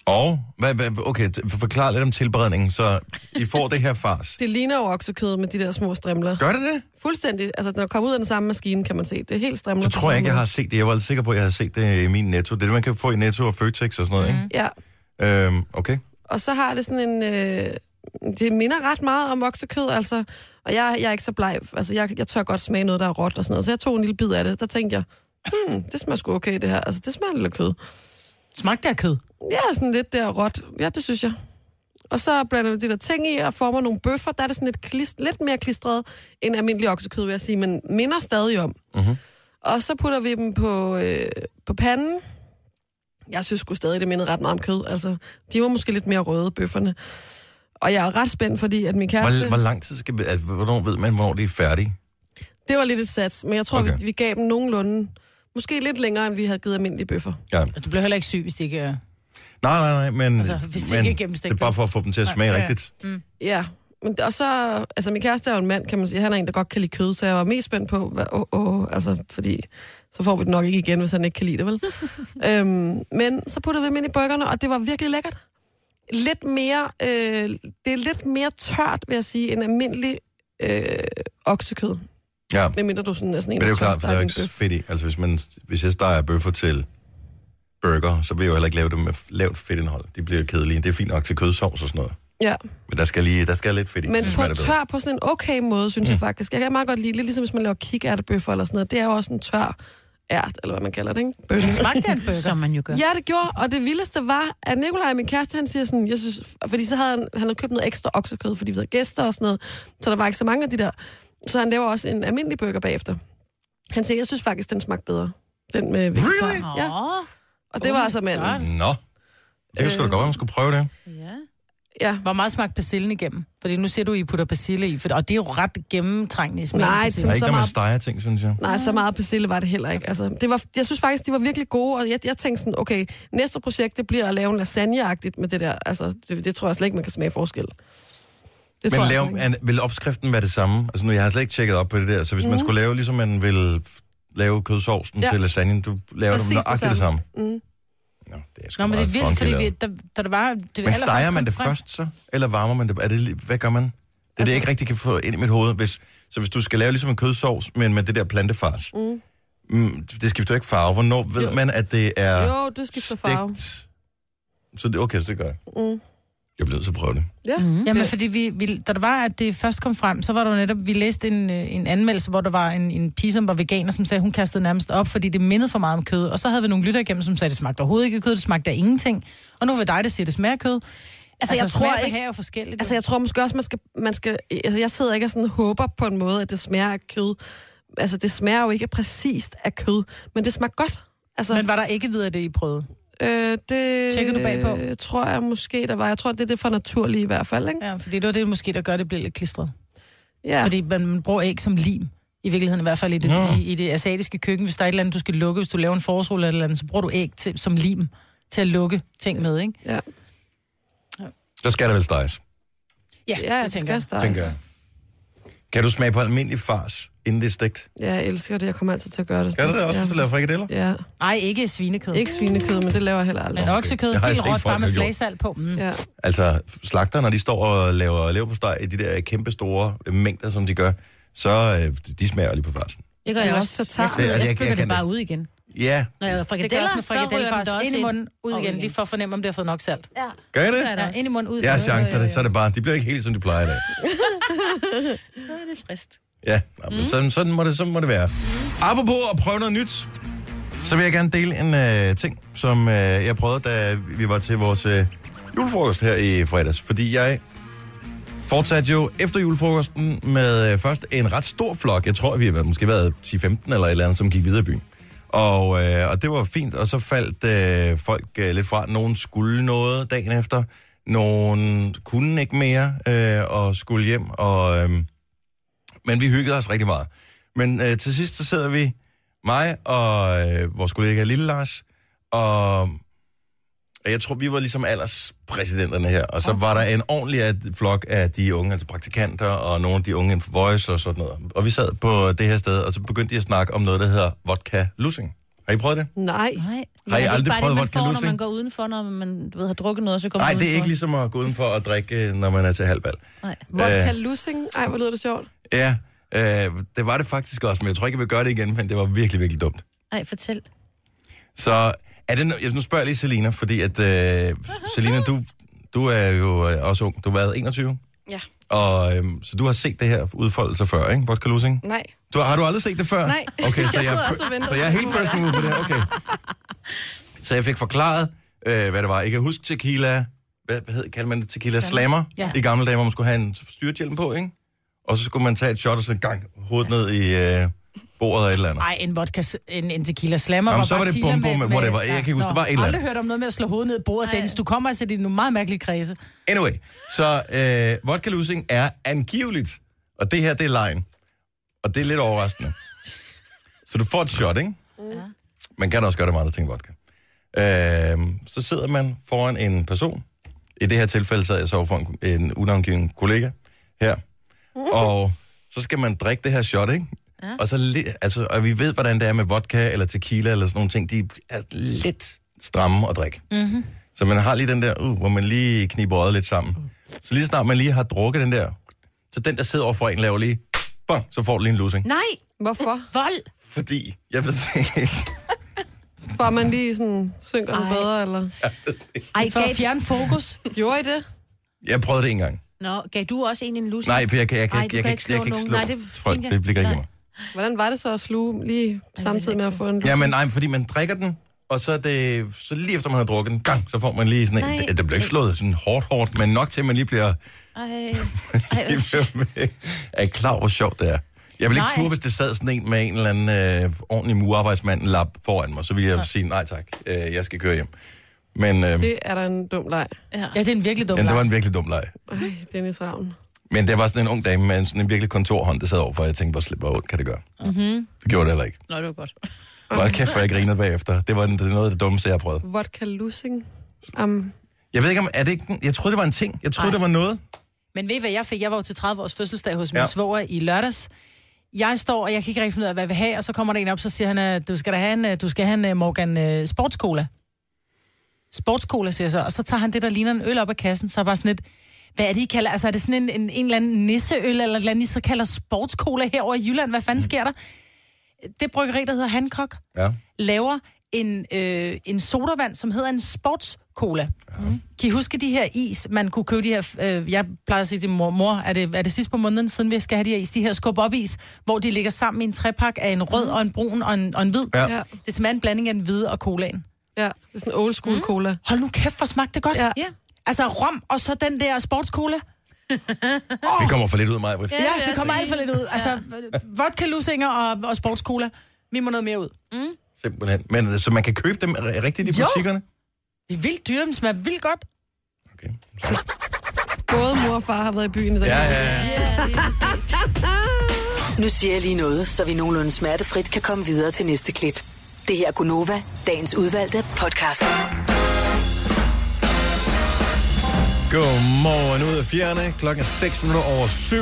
S1: Og, hvad, hvad, okay, t- forklar lidt om tilberedningen, så I får det her fars.
S3: Det ligner jo oksekød med de der små strimler.
S1: Gør det det?
S3: Fuldstændig. Altså, når det kommer ud af den samme maskine, kan man se. Det er helt strimler.
S1: Så
S3: på
S1: tror jeg
S3: samme
S1: ikke, jeg har
S3: måde.
S1: set det. Jeg var lidt sikker på, at jeg har set det i min netto. Det er det, man kan få i netto og Føtex og sådan noget, ikke?
S3: Ja,
S1: Øhm, okay.
S3: og så har det sådan en... Øh, det minder ret meget om oksekød, altså. Og jeg, jeg er ikke så bleg. Altså, jeg, jeg tør godt smage noget, der er råt og sådan noget. Så jeg tog en lille bid af det. Der tænkte jeg, hmm, det smager sgu okay, det her. Altså, det smager lidt af kød.
S2: Smagte af kød?
S3: Ja, sådan lidt der råt. Ja, det synes jeg. Og så blander vi de der ting i og former nogle bøffer. Der er det sådan lidt, klist, lidt mere klistret end almindelig oksekød, vil jeg sige, men
S1: Mhm.
S3: minder stadig om. Mm-hmm. Og så putter vi dem på, øh, på panden, Jeg synes sgu stadig, det mindede ret meget om kød. Altså, de var måske lidt mere røde, bøfferne. Og jeg er ret spændt, fordi at min kæreste...
S1: Hvor, hvor lang tid skal... vi- Altså, hvornår ved man, hvornår de er færdige?
S3: Det var lidt et sats, men jeg tror, okay.
S1: Okay.
S3: vi, vi gav dem nogenlunde... Måske lidt længere, end vi havde givet almindelige bøffer.
S1: Ja.
S2: Du bliver heller ikke syg, hvis det ikke øh, er...
S1: Nej, nej, nej, men,
S2: Altså, hvis det
S1: men
S2: ikke er
S1: det
S2: gennemstegt,
S1: er bare for at få dem til at
S2: Nej,
S1: smage
S2: ja, ja.
S1: rigtigt.
S3: Ja, men det- og så... Altså, min kæreste er jo en mand, kan man sige. Han er en, der godt kan lide kød, så jeg var mest spændt på... Hvad, åh, åh, altså, fordi så får vi det nok ikke igen, hvis han ikke kan lide det, vel? øhm, men så puttede vi dem ind i burgerne, og det var virkelig lækkert. Lidt mere... Øh, det er lidt mere tørt, vil jeg sige, end almindelig øh, oksekød.
S1: Ja.
S3: Medmindre du sådan er sådan en,
S1: Men det er jo
S3: der
S1: klart,
S3: sådan
S1: for der er jo
S3: steger din
S1: ikke
S3: bøf.
S1: fedt i. Altså, hvis, man, hvis jeg steger bøffer til burger, så vil jeg jo heller ikke lave dem med f- lavt fedtindhold. De bliver kedelige. Det er fint nok til kødsovs og sådan noget.
S3: Ja.
S1: Men der skal lige der skal lidt fedt i.
S3: Men
S1: så
S3: på
S1: smager det bedre.
S3: tør, på sådan en okay måde, synes mm. jeg faktisk. Jeg kan meget godt lide, lidt ligesom hvis man laver kikærtebøffer eller sådan noget. Det er jo også en tør ært, eller hvad man kalder det, ikke? Bøffer.
S2: Smagte det en burger?
S5: Som man jo gør.
S3: Ja, det gjorde, og det vildeste var, at Nikolaj, min kæreste, han siger sådan, jeg synes, fordi så havde han, han havde købt noget ekstra oksekød, fordi vi havde gæster og sådan noget, så der var ikke så mange af de der. Så han laver også en almindelig burger bagefter. Han siger, jeg synes faktisk, den smagte bedre. Den med vegetar.
S1: Really?
S3: Ja,
S5: Åh,
S3: og det var altså manden.
S2: God.
S1: Nå. Det kunne sgu da godt, være, man skulle prøve det.
S5: ja.
S3: Ja.
S2: Hvor meget smagte basillen igennem? Fordi nu ser du, I putter persille i, for, og det er jo ret gennemtrængende i smagen.
S3: Nej,
S2: persille.
S1: Der er
S3: Men
S1: ikke,
S3: så
S1: når man
S3: meget-
S1: steger ting, synes jeg.
S3: Nej, så meget persille var det heller ikke. Altså, det var, jeg synes faktisk, de var virkelig gode, og jeg, jeg tænkte sådan, okay, næste projekt, det bliver at lave en lasagne med det der. Altså, det, det tror jeg slet ikke, man kan smage forskel. Det
S1: Men
S3: tror
S1: lave,
S3: jeg altså ikke.
S1: an, vil opskriften være det samme? Altså nu, jeg har slet ikke tjekket op på det der, så hvis mm. man skulle lave, ligesom man vil lave kødsovsen ja.
S3: Ja.
S1: til lasagnen, du laver
S3: Præcis
S1: det
S3: det
S1: nøjagtigt det samme.
S3: samme. Mm.
S1: Nå, det er sgu
S2: Nå, men det er
S1: meget
S2: vildt,
S1: funky
S2: fordi vi,
S1: lavet.
S2: der, der, der var... Det
S1: Men
S2: allerførste
S1: steger man
S2: kom
S1: det
S2: frem.
S1: først så? Eller varmer man det? Er det lige- hvad gør man? Det er det, jeg ikke rigtig kan få ind i mit hoved. Hvis, så hvis du skal lave ligesom en kødsovs, men med det der plantefars, mm. Mm, det skifter jo ikke farve. Hvornår ved jo. man, at det er
S3: Jo, det skifter farve.
S2: Altså,
S1: stegt? Så det, okay, så det gør jeg. Mm. Jeg bliver nødt til at prøve det.
S3: Ja. Mm.
S2: Jamen, fordi vi, vi, da det var, at det først kom frem, så var der jo netop, vi læste en, øh, en anmeldelse, hvor der var en, en pige, som var veganer, som sagde, hun kastede nærmest op, fordi det mindede for meget om kød. Og så havde vi nogle lytter igennem, som sagde, det smagte overhovedet ikke af kød, det smagte af ingenting. Og nu var dig, der siger, det smager af kød. Altså,
S3: Altså, jeg tror ikke...
S2: er jo forskelligt.
S3: Altså, jeg tror måske også, man skal... Man skal altså, jeg sidder ikke og sådan håber på en måde, at det smager af kød. Altså, det smager jo ikke præcist af kød, men det smager godt. Altså,
S2: Men var der ikke videre det, I prøvede?
S3: øh, det...
S2: Tjekkede du bagpå?
S3: øh, Tror jeg måske, der var. Jeg tror, det er det for naturlige i hvert fald, ikke?
S2: Ja, fordi det var det måske, der gør, at det bliver lidt klistret.
S3: Ja.
S2: Fordi man, man bruger æg som lim. I virkeligheden i hvert fald i det,
S1: Nå.
S2: i, i det asiatiske køkken. Hvis der er et eller andet, du skal lukke, hvis du laver en forårsrulle eller et eller andet, så bruger du æg til, som lim til at lukke ting med, ikke?
S3: ja.
S1: Så skal der vel steges,
S2: Ja,
S3: Ja, altså det skal steges.
S1: tænker jeg. Kan du smage på almindelig fars, inden det er stegt?
S3: Ja, jeg elsker det. Jeg kommer altid til at gøre det.
S1: Kan du det også, hvis du laver frikadeller?
S3: Ja. ja.
S2: Nej, ikke svinekød.
S3: Ikke svinekød, men det laver jeg heller
S2: Men
S3: aldrig.
S1: okay.
S2: oksekød,
S1: Det har jeg
S2: helt
S1: set
S2: råt,
S1: folk
S2: bare med
S1: har gjort.
S2: flæsal på. Mm. Ja.
S3: Ja.
S1: Altså, slagter, når de står og laver leverpostej i de der kæmpe store øh, mængder, som de gør, så øh, de smager lige på farsen.
S5: Det gør jeg
S3: Eller
S5: også.
S3: også
S5: Så
S3: så
S5: jeg,
S3: tager-
S5: smider,
S1: Det-
S5: jeg, jeg
S1: altså, jeg- jeg
S5: spytter
S1: kan
S5: det bare
S1: det.
S5: ud igen.
S1: Ja,
S5: Når jeg laver
S2: Det gør
S5: frikadeller,
S2: også med
S5: så ryger
S2: frikadeller,
S5: den da
S2: faktisk.
S5: også
S2: Ind i munden, ud
S5: Og
S2: igen, lige for at fornemme, om det har fået nok salt.
S5: Ja.
S1: gør I det?
S5: er der
S2: Ja,
S5: også.
S2: ind i munden, ud
S1: Jeg har
S2: igen.
S1: chancer, det, så er det bare, de bliver ikke helt, som de plejer i dag.
S5: Det er frist.
S1: Ja, nå, men sådan, sådan, må det, sådan må det være. Apropos at prøve noget nyt, så vil jeg gerne dele en øh, ting, som øh, jeg prøvede, da vi var til vores øh, julefrokost her i fredags. Fordi jeg fortsatte jo efter julefrokosten med øh, først en ret stor flok. Jeg tror, vi har været, måske været 10-15 eller et eller andet, som gik videre i byen. Og, øh, og det var fint, og så faldt øh, folk øh, lidt fra. Nogen skulle noget dagen efter, nogen kunne ikke mere øh, og skulle hjem. Og, øh, men vi hyggede os rigtig meget. Men øh, til sidst så sidder vi, mig og øh, vores kollega Lille Lars, og og jeg tror, vi var ligesom alderspræsidenterne her, og så var der en ordentlig at- flok af de unge, altså praktikanter, og nogle af de unge inden for Voice og sådan noget. Og vi sad på det her sted, og så begyndte de at snakke om noget, der hedder vodka lussing. Har I prøvet det?
S3: Nej.
S5: Nej.
S1: Har I
S5: Men er det
S1: aldrig
S5: ikke bare
S1: prøvet
S5: det, man
S1: vodka
S5: får, når
S1: lussing?
S5: man går udenfor, når man du ved, har drukket noget, og så går
S1: Nej,
S5: man
S1: det er
S5: udenfor?
S1: ikke ligesom at gå udenfor og drikke, øh, når man er til Øh, halvbal.
S5: Nej.
S3: Vodka
S1: ligesom-
S3: lussing. Ej, hvor lyder det sjovt.
S1: Ja, øh, det var det faktisk også, men jeg tror ikke, jeg vil gøre det igen, men det var virkelig, virkelig dumt.
S5: Nej, fortæl.
S1: Så er det, no- nu spørger jeg lige Selina, fordi at, øh, Selina, du, du er jo øh, også ung. Du har været 21.
S8: Ja.
S1: Og, øhm, så du har set det her udfolde sig før, ikke? Vodka Losing?
S8: Nej.
S1: Du, har du aldrig set det før?
S8: Nej.
S1: Okay, så jeg,
S8: Jeg sidder også og
S1: jeg,
S8: venter
S1: så jeg er helt
S8: på,
S1: first mover på det her. Okay. Så jeg fik forklaret, øh, hvad det var. Jeg kan huske tequila, hvad, hvad hed, kaldte man det? Tequila slammer
S5: Ja.
S1: i gamle dage, hvor man skulle have en styrthjelm på, ikke? Og så skulle man tage et shot og så gang hovedet ned i, øh, bordet eller et eller andet.
S2: Ej, en vodka, en, en tequila slammer.
S1: Jamen,
S2: hvor
S1: så var det
S2: bare
S1: bum,
S2: Tila
S1: bum, whatever. Jeg kan ikke huske,
S2: Nå,
S1: der var et eller
S2: aldrig
S1: andet.
S2: hørt om noget med at slå hovedet ned i bordet, Dennis. Du kommer altså i nogle meget mærkelige kredse.
S1: Anyway, så øh, vodka losing er angiveligt, og det her, det er lejen. Og det er lidt overraskende. Så du får et shot, ikke? Ja. Man kan også gøre det med andre ting, end vodka. Øh, så sidder man foran en person. I det her tilfælde sad jeg så for en, en unavngiven kollega her. Og så skal man drikke det her shot, ikke? Ja. Og, så, li- altså, og vi ved, hvordan det er med vodka eller tequila eller sådan nogle ting. De er lidt stramme at drikke.
S2: Mm-hmm.
S1: Så man har lige den der, uh, hvor man lige kniber øjet lidt sammen. Så lige snart man lige har drukket den der, så den, der sidder overfor en, laver lige, bang, så får du lige en lussing.
S4: Nej,
S3: Hvorfor?
S4: vold.
S1: Fordi, jeg ved det ikke,
S3: For at man lige sådan synker den
S4: Ej.
S3: bedre, eller?
S4: Ej,
S2: For
S4: gav,
S2: at fjerne fokus.
S3: Gjorde I det?
S1: jeg prøvede det en gang.
S4: nå, gav du også en en lussing?
S1: Nej, for jeg kan, jeg kan,
S4: Ej,
S1: ikke-
S4: du
S1: jeg
S4: kan
S1: kan, ikke-
S4: ikke
S1: jeg
S4: slå
S1: kan ikke
S4: nogen.
S1: slå.
S4: Nej, det
S1: tror jeg,
S4: tænker
S1: det
S4: jeg.
S1: bliver ikke i
S4: Nej.
S1: mig.
S3: Hvordan var det så at sluge lige samtidig med at få en
S1: Ja, men nej, fordi man drikker den, og så, er det, så lige efter man har drukket den, gang, så får man lige sådan en,
S4: Nej.
S1: det, det bliver ikke slået sådan hårdt, hårdt, men nok til, at man lige bliver,
S4: Ej,
S1: lige bliver er klar, hvor sjovt det er. Jeg vil ikke
S2: Nej.
S1: turde, hvis det sad sådan en med en eller anden øh, ordentlig murarbejdsmand lap foran mig, så ville jeg sige, nej tak, øh, jeg skal køre hjem. Men øh,
S3: Det er da en dum leg.
S2: Ja, det er en virkelig dum
S1: ja, det var
S2: leg.
S1: en virkelig dum leg.
S3: Ej, Dennis Ravn.
S1: Men det var sådan en ung dame med en, sådan en virkelig kontorhånd, der sad overfor, og jeg tænkte, hvor, sl- hvor ondt kan det gøre? Mm-hmm. Det gjorde det heller ikke.
S4: nå, det var godt.
S1: Hold kæft, hvor jeg grinede bagefter. Det var den- det er noget af det dummeste, jeg har prøvet.
S3: Vodka losing. Um,
S1: Jeg ved ikke, om er det ikke... en- Jeg troede, det var en ting. Jeg troede, det var noget.
S2: Men ved I, hvad jeg fik? Jeg var jo til 30 års fødselsdag hos min
S1: Ja.
S2: ja. svoger i lørdags. Jeg står, og jeg kan ikke rigtig finde ud af, hvad jeg vil have, og så kommer der en op, så siger han, øh, du skal da have en, øh, du skal have en øh, Morgan øh, Sportscola. Sportscola, siger jeg så, og så tager han det, der ligner en øl op af kassen, så er jeg bare sådan lidt, hvad er det, I kalder? Altså, er det sådan en, en, en eller anden nisseøl, eller et eller andet, I så kalder sportscola herover i Jylland? Hvad fanden sker der? Det bryggeri, der hedder Hancock,
S1: Ja.
S2: laver en, øh, en sodavand, som hedder en sportscola. Ja. Kan I huske de her is, man kunne købe de her... Øh, jeg plejer at sige til mor, mor er, det, er det sidst på måneden, siden vi skal have de her is? De her skub op is, hvor de ligger sammen i en trepak af en rød og en brun og en, og en hvid.
S1: Ja.
S3: Mm. ja.
S2: Det er simpelthen en blanding af den hvide og colaen. Mm.
S3: ja, det er sådan old school cola.
S2: Hold nu kæft, hvor smagte det godt.
S3: Ja.
S4: Ja.
S2: Altså rom og så den der sportscola.
S1: Vi kommer for lidt ud af mig, Britt.
S2: Ja,
S4: vil
S2: ja
S4: jeg
S2: det kommer
S4: sige.
S2: alt for lidt ud. Altså, vodka, lusinger og, og sportscola. Vi må noget mere ud.
S3: Mm.
S1: Simpelthen. Men øh, så man kan købe dem r- rigtigt i
S2: Jo.
S1: butikkerne?
S2: De er vildt dyre, men smager vildt godt.
S1: Okay.
S3: Både mor og far har været i byen i dag.
S1: Ja, ja, ja.
S2: Mm-hmm.
S7: Nu siger jeg lige noget, så vi nogenlunde smertefrit kan komme videre til næste klip. Det her er Gunova, dagens udvalgte podcast.
S1: Godmorgen ud af fjerne. Klokken er 6 minutter over 7.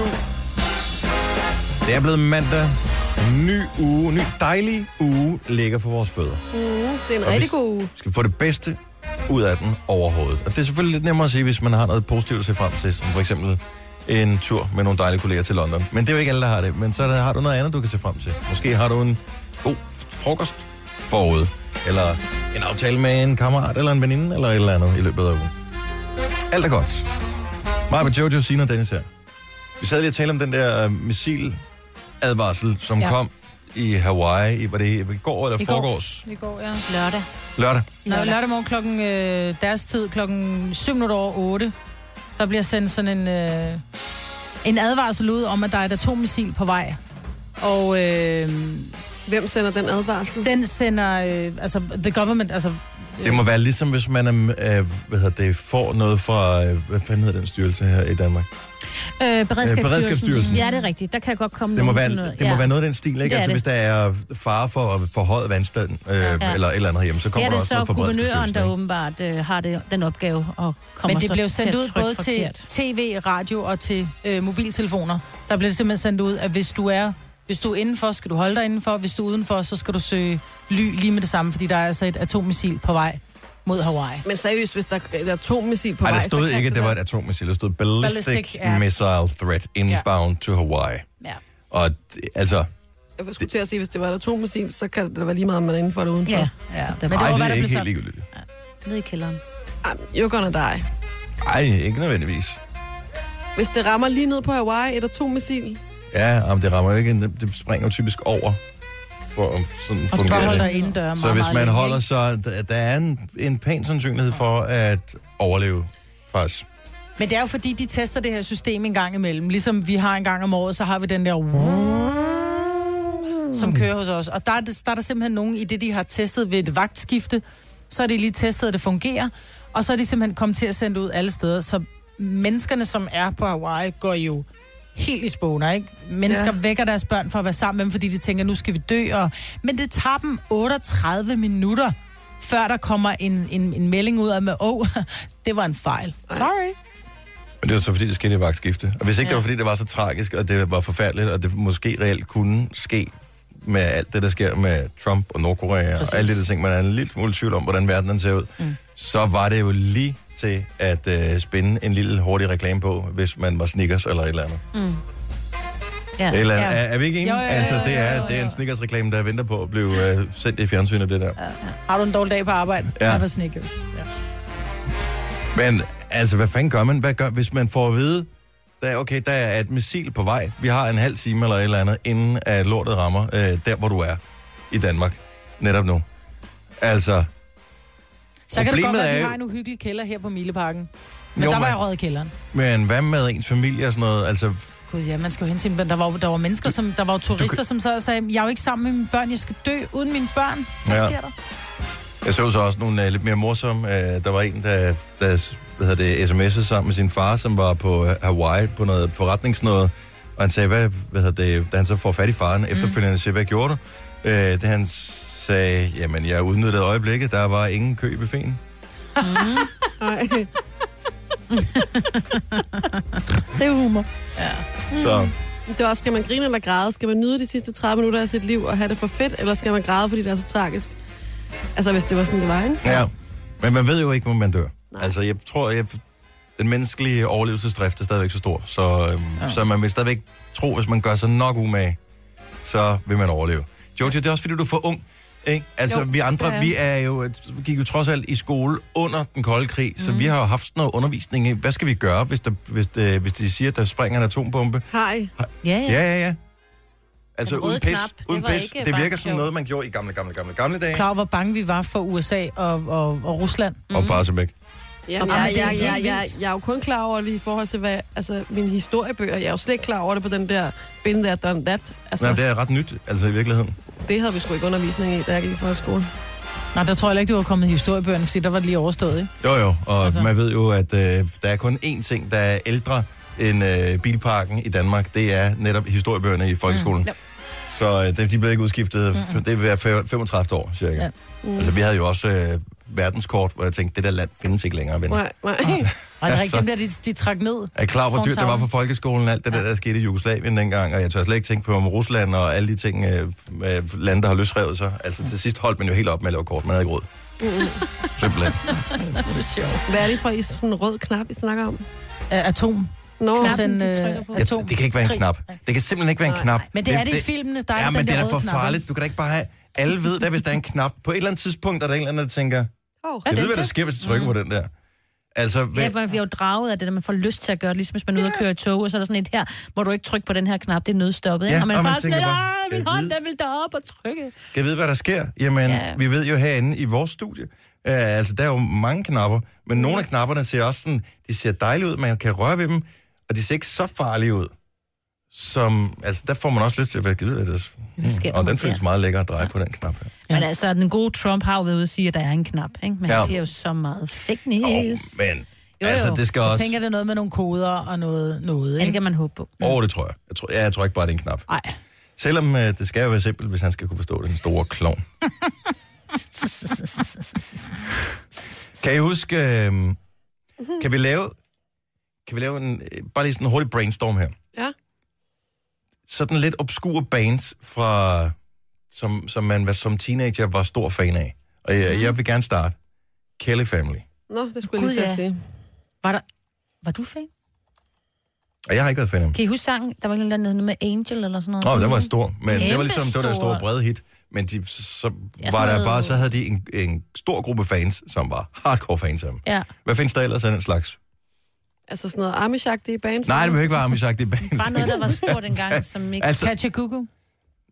S1: Det er blevet mandag. Ny uge, ny dejlig uge ligger for vores fødder.
S3: Mm, Det er en
S1: Og
S3: rigtig
S1: hvis-
S3: god uge.
S1: skal få det bedste ud af den overhovedet. Og det er selvfølgelig lidt nemmere at sige, hvis man har noget positivt at se frem til, som for eksempel en tur med nogle dejlige kolleger til London. Men det er jo ikke alle, der har det. Men så er der- har du noget andet, du kan se frem til. Måske har du en god frokost forude, eller en aftale med en kammerat, eller en veninde, eller et eller andet i løbet af ugen. Alt er godt. Mig med Jojo, Sina og Dennis her. Vi sad lige og talte om den der øh, missiladvarsel, som ja.
S2: Ja.
S1: kom i Hawaii, i- var det i går eller
S2: I går.
S1: forgårs?
S2: I går, ja.
S4: Lørdag.
S1: Lørdag.
S2: Nå,
S4: Lørdag.
S2: lørdag morgen klokken øh, deres tid, klokken 7 minutter over 8, der bliver sendt sådan en, øh, en advarsel ud om, at der er et atommissil på vej. Og øh,
S3: Hvem sender den advarsel?
S2: den sender, øh, altså the government, altså
S1: Det må være ligesom, hvis man er, øh, hvad hedder det, får noget fra, øh, hvad fanden hedder den styrelse her i Danmark?
S4: Øh, beredskabsstyrelsen.
S1: Øh, Beredskabsstyrelsen.
S4: Ja, det er rigtigt. Der kan jeg godt komme
S1: Det må,
S4: nogen
S1: være,
S4: til noget.
S1: det må
S4: ja.
S1: være noget af den stil, ikke?
S4: er
S1: Altså,
S4: det.
S1: hvis der er fare for for højet vandstand, øh, ja. eller et eller andet hjemme, så
S4: Ja,
S1: kommer
S4: det
S1: der
S4: er
S1: også
S4: så
S1: noget fra
S4: guvernøren,
S1: beredskabsstyrelsen.
S4: der
S1: ikke?
S4: åbenbart øh, har det, den opgave og kommer
S2: Men det
S4: så
S2: blev
S4: til
S2: sendt
S4: at
S2: ud
S4: trykke
S2: både til
S4: forkert.
S2: tv, radio og til øh, mobiltelefoner. Der blev det simpelthen sendt ud, at hvis du er hvis du er indenfor, skal du holde dig indenfor. Hvis du er udenfor, så skal du søge ly lige med det samme, fordi der er altså et atommissil på vej mod Hawaii.
S3: Men seriøst, hvis der er atommissil på
S1: Ej, der
S3: vej,
S1: stod
S3: så
S1: ikke, at det var et
S3: et...
S1: atommissil. Der stod Ballistic,
S2: Ballistic, ja.
S1: Missile Threat Inbound to Hawaii.
S2: Ja.
S1: Og det- altså,
S3: Jeg skulle til at sige, hvis det var et atommissil, så kan det være lige meget, om man er indenfor eller udenfor.
S4: Ja,
S3: Ja.
S2: Ja. Men
S4: der
S2: det var,
S1: ej,
S2: hvad
S1: det
S2: der
S1: er
S2: blev
S1: ikke helt
S2: sagt.
S1: ligegyldigt.
S4: nede i kælderen.
S3: You're gonna die.
S1: Ej, ikke nødvendigvis.
S3: Hvis det rammer lige ned på Hawaii, et atommissil,
S1: Ja, om det rammer jo ikke, det springer jo typisk over. For, sådan
S2: Og du
S1: fungerer
S2: bare
S1: det.
S2: holder dig indendør meget,
S1: Så hvis
S2: meget
S1: man
S2: længe,
S1: holder
S2: ikke?
S1: sig, der- der er en, en pæn sandsynlighed for at overleve faktisk.
S2: Men det er jo fordi, de tester det her system en gang imellem. Ligesom vi har en gang om året, så har vi den der... som kører hos os. Og der er, det- der er der simpelthen nogen i det, de har testet ved et vagtskifte, så er det lige testet, at det fungerer, og så er de simpelthen kommet til at sende det ud alle steder. Så menneskerne, som er på Hawaii, går jo helt i spåner, ikke? Mennesker
S3: Ja.
S2: ja. vækker deres børn for at være sammen med dem, fordi de tænker, nu skal vi dø. Og... Men det tager dem 38 minutter, før der kommer en, en, en melding ud af med, åh, oh, det var en fejl. Sorry.
S1: Men det var så fordi, det skete i vagtskifte. Og hvis ikke ja. det var fordi, det var så tragisk, og det var forfærdeligt, og det måske reelt kunne ske med alt det, der sker med Trump og Nordkorea Præcis.
S2: Præcis.
S1: og alle de der ting, man er en lille smule i tvivl om, hvordan verden den ser ud, mm. så var det jo lige til at øh, spænde en lille hurtig reklame på, hvis man var sneakers eller et eller andet. Mm.
S5: Ja.
S1: Eller,
S2: Ja.
S1: er, er vi ikke enige?
S2: Jo, jo, jo,
S1: altså, det er,
S2: jo, jo,
S1: det er en
S2: jo.
S1: sneakers-reklame, der venter på at blive øh, sendt i fjernsynet, det der.
S2: Har du en dårlig dag på arbejde?
S1: Ja.
S2: Have a Snickers. Ja.
S1: Men altså, hvad fanden gør man? Hvad gør, hvis man får at vide, der, er- okay, der er et missil på vej. Vi har en halv time eller et eller andet, inden at lortet rammer øh, der, hvor du er i Danmark. Netop nu. Altså,
S2: Så kan det godt
S1: Problemet
S2: være, at
S1: er
S2: vi
S1: jo-
S2: har en uhyggelig kælder her på Mileparken. Men
S1: Jo,
S2: jo, der var
S1: men-
S2: jeg røget i kælderen.
S1: men hvad med ens familie og sådan noget? Altså,
S2: Gud, ja, man skal jo hen til, men der var, jo- der var mennesker, som, der var jo turister,
S1: kan-
S2: som sad og sagde, jeg er jo ikke sammen med mine børn, jeg skal dø uden mine børn. Hvad
S1: Ja.
S2: ja. sker der?
S1: jeg så så også nogle uh, lidt mere morsomme. Uh, der var en, der, der hvad hedder det, sms'ede sammen med sin far, som var på øh, Hawaii på noget forretningsnøde. Og han sagde, hvad, hvad hedder det, da han så får fat i faren, efterfølgende siger, hvad gjorde du? Øh, det han sagde, jamen jeg udnyttede øjeblikket, der var ingen kø i buffeten.
S3: Ej.
S2: Det er humor.
S1: Så
S3: Mm. Det er også, skal man grine eller græde? Skal man nyde de sidste 30 minutter af sit liv og have det for fedt, eller skal man græde, fordi det er så tragisk? Altså, hvis det var sådan, det var, ikke?
S1: ja. Men man ved jo ikke, hvor man dør. Nej.
S3: Nej.
S1: Altså jeg tror, jeg, den menneskelige overlevelsesdrift er stadigvæk så stor. Så, øhm, ja. så man vil stadigvæk tro, hvis man gør sig nok umage, så vil man overleve. Jojo, det er også fordi, du er for ung. Ikke? Altså, jo,
S3: Jo,
S1: vi andre,
S3: det
S1: ja.
S3: er
S1: vi er jo, et- vi gik jo trods alt i skole under den kolde krig, mm. så
S5: Mhm.
S1: vi har jo haft sådan noget undervisning i, hvad skal vi gøre, hvis, der, hvis, det, hvis de siger, at der springer en atombombe?
S3: Hej.
S5: Ja,
S1: Ja, ja, ja. Altså,
S5: Den røde
S1: uden pis,
S5: knap, det
S1: uden
S5: var
S1: pis.
S5: ikke
S1: Det
S5: bare
S1: virker som
S5: sjov.
S1: noget, man gjorde i gamle, gamle, gamle, gamle dage.
S2: Klar, over, hvor bange vi var for USA og, og, og Rusland.
S1: Mm.
S3: Mhm.
S1: Og
S5: Mhm.
S1: bare så væk.
S3: Jamen,
S2: Jamen,
S3: jeg,
S2: det er
S3: jeg,
S2: helt
S3: jeg, jeg,
S2: vildt.
S3: jeg er jo kun klar over det i forhold til, hvad, altså, mine historiebøger. Jeg er jo slet ikke klar over det på den der been there, done that. Altså,
S1: Nej,
S3: det...
S1: det er ret nyt, altså i virkeligheden.
S3: det havde vi sgu ikke undervisning i, da jeg gik i folkeskolen.
S2: Nej, der tror jeg heller ikke, du var kommet i historiebøgerne, fordi der var det lige overstået, ikke?
S1: Jo, jo, og altså.
S2: Altså.
S1: man ved jo, at øh, der er kun én ting, der er ældre end øh, bilparken i Danmark. Det er netop historiebøgerne i folkeskolen. Mm.
S5: jo.
S1: Så øh, det- de blev ikke udskiftet. Mm. Det vil være fe- 35 år, cirka. Ja.
S2: Ja.
S1: Mm. Altså, vi havde jo også øh, verdenskort, hvor jeg tænkte, det der land findes ikke længere, venner.
S3: Nej, nej.
S2: Og det er
S1: Ja,
S2: rigtigt, Ah. dem der, de, de trak ned.
S1: Altså- Er I klar, hvor
S2: Foran
S1: dyrt det var for
S2: tavlen.
S1: folkeskolen, alt det der, der skete i Jugoslavien dengang, og jeg tør slet ikke tænke på om Rusland og alle de ting, øh, med lande, der har løsrevet sig. Altså, til sidst holdt man jo helt op med at lave kort, man havde ikke råd. Simpelthen.
S3: Hvad er det for is, sådan en rød knap, I snakker om?
S2: Af atom.
S3: Nå,
S2: Knap.
S3: Knappen.
S2: Sådan,
S5: de
S2: øh,
S5: trykker på.
S1: Jeg,
S2: Atom.
S1: det kan ikke være en
S2: Krig.
S1: knap. Det kan simpelthen ikke være en knap.
S2: Men det, er det, i filmene, der er
S1: Ja,
S2: den
S1: men det
S2: der
S1: er da
S2: røde
S1: for
S2: knap, ikke?
S1: farligt. Du kan da ikke bare have... Alle ved da, hvis der er en knap. På et eller andet tidspunkt er der en eller anden, der tænker,
S3: Oh.
S1: jeg ved, hvad der
S2: til?
S1: sker, hvis du trykker på den der. Altså,
S5: Mm. Ja,
S1: hvad,
S5: for man bliver jo draget af det, der man får lyst til at gøre det, ligesom hvis man er ude og køre i tog, og så er der sådan et her, hvor du ikke trykke på den her knap, det er nødstoppet. ikke?
S1: Ja,
S5: og man,
S1: og man
S5: faktisk
S1: tænker
S5: lidt,
S1: bare,
S5: "Ej, min
S1: "Gad
S5: hånd,
S1: vide."
S5: den vil derop og trykke.
S1: kan jeg vide, hvad der sker? Jamen, ja.
S5: Ja.
S1: vi ved jo herinde i vores studie, øh, altså, der er jo mange knapper, men nogle af knapperne ser også sådan, de ser dejlige ud, man kan røre ved dem, og de ser ikke så farlige ud. Som, altså, der får man også lyst til at være givet, det
S5: Hvad sker
S1: mm.
S5: der
S1: Og
S5: nu
S1: den
S5: der?
S1: føles meget lækker at dreje på den knap her.
S5: Ja. Men altså, den gode Trump har jo ved at sige, at der er en knap, ikke? Men ja.
S1: Ja.
S5: han siger jo så meget fake news.
S1: Åh,
S5: Oh,
S1: men,
S5: Jo,
S1: altså,
S5: jo.
S1: det skal
S2: Jeg
S1: også...
S2: tænker, det er noget med nogle koder og noget, noget
S5: ja, det
S2: ikke? Mm.
S5: kan man håbe på.
S1: Åh, oh, det tror jeg. Jeg tror, ja, jeg tror ikke bare, det er en knap.
S2: Nej.
S1: Selvom øh, det skal jo være simpelt, hvis han skal kunne forstå den store klovn. kan I huske... Øh, kan vi lave... Kan vi lave en... øh, Bare lige sådan en hurtig brainstorm her.
S3: Ja.
S1: Sådan lidt obskure bands fra... Som, som man var, som teenager var stor fan af. Og jeg, jeg vil gerne starte. Kelly Family.
S3: Nå, det skulle jeg lige
S5: Gud,
S3: til at
S5: ja.
S3: sige.
S5: Var, der, var du fan?
S1: Og jeg har ikke været fan af dem.
S5: Kan I huske sangen? Der var en eller anden noget med Angel eller sådan noget.
S1: Nå,
S4: Mhm.
S1: den var stor, men det var
S5: Kæmpe
S1: ligesom det var den store
S5: stor.
S1: brede hit. Men de, så
S5: Ja,
S1: var
S5: sådan
S1: der
S5: noget-
S1: bare, så havde de en, en stor gruppe fans, som var hardcore fans af dem.
S5: Ja.
S1: Hvad findes der ellers af den slags?
S3: Altså sådan noget amish i bands.
S1: Nej, det behøver ikke være Amish-agtige bands.
S5: Bare noget, der var stort engang, som ikke...
S1: Altså,
S2: Katja Kuku.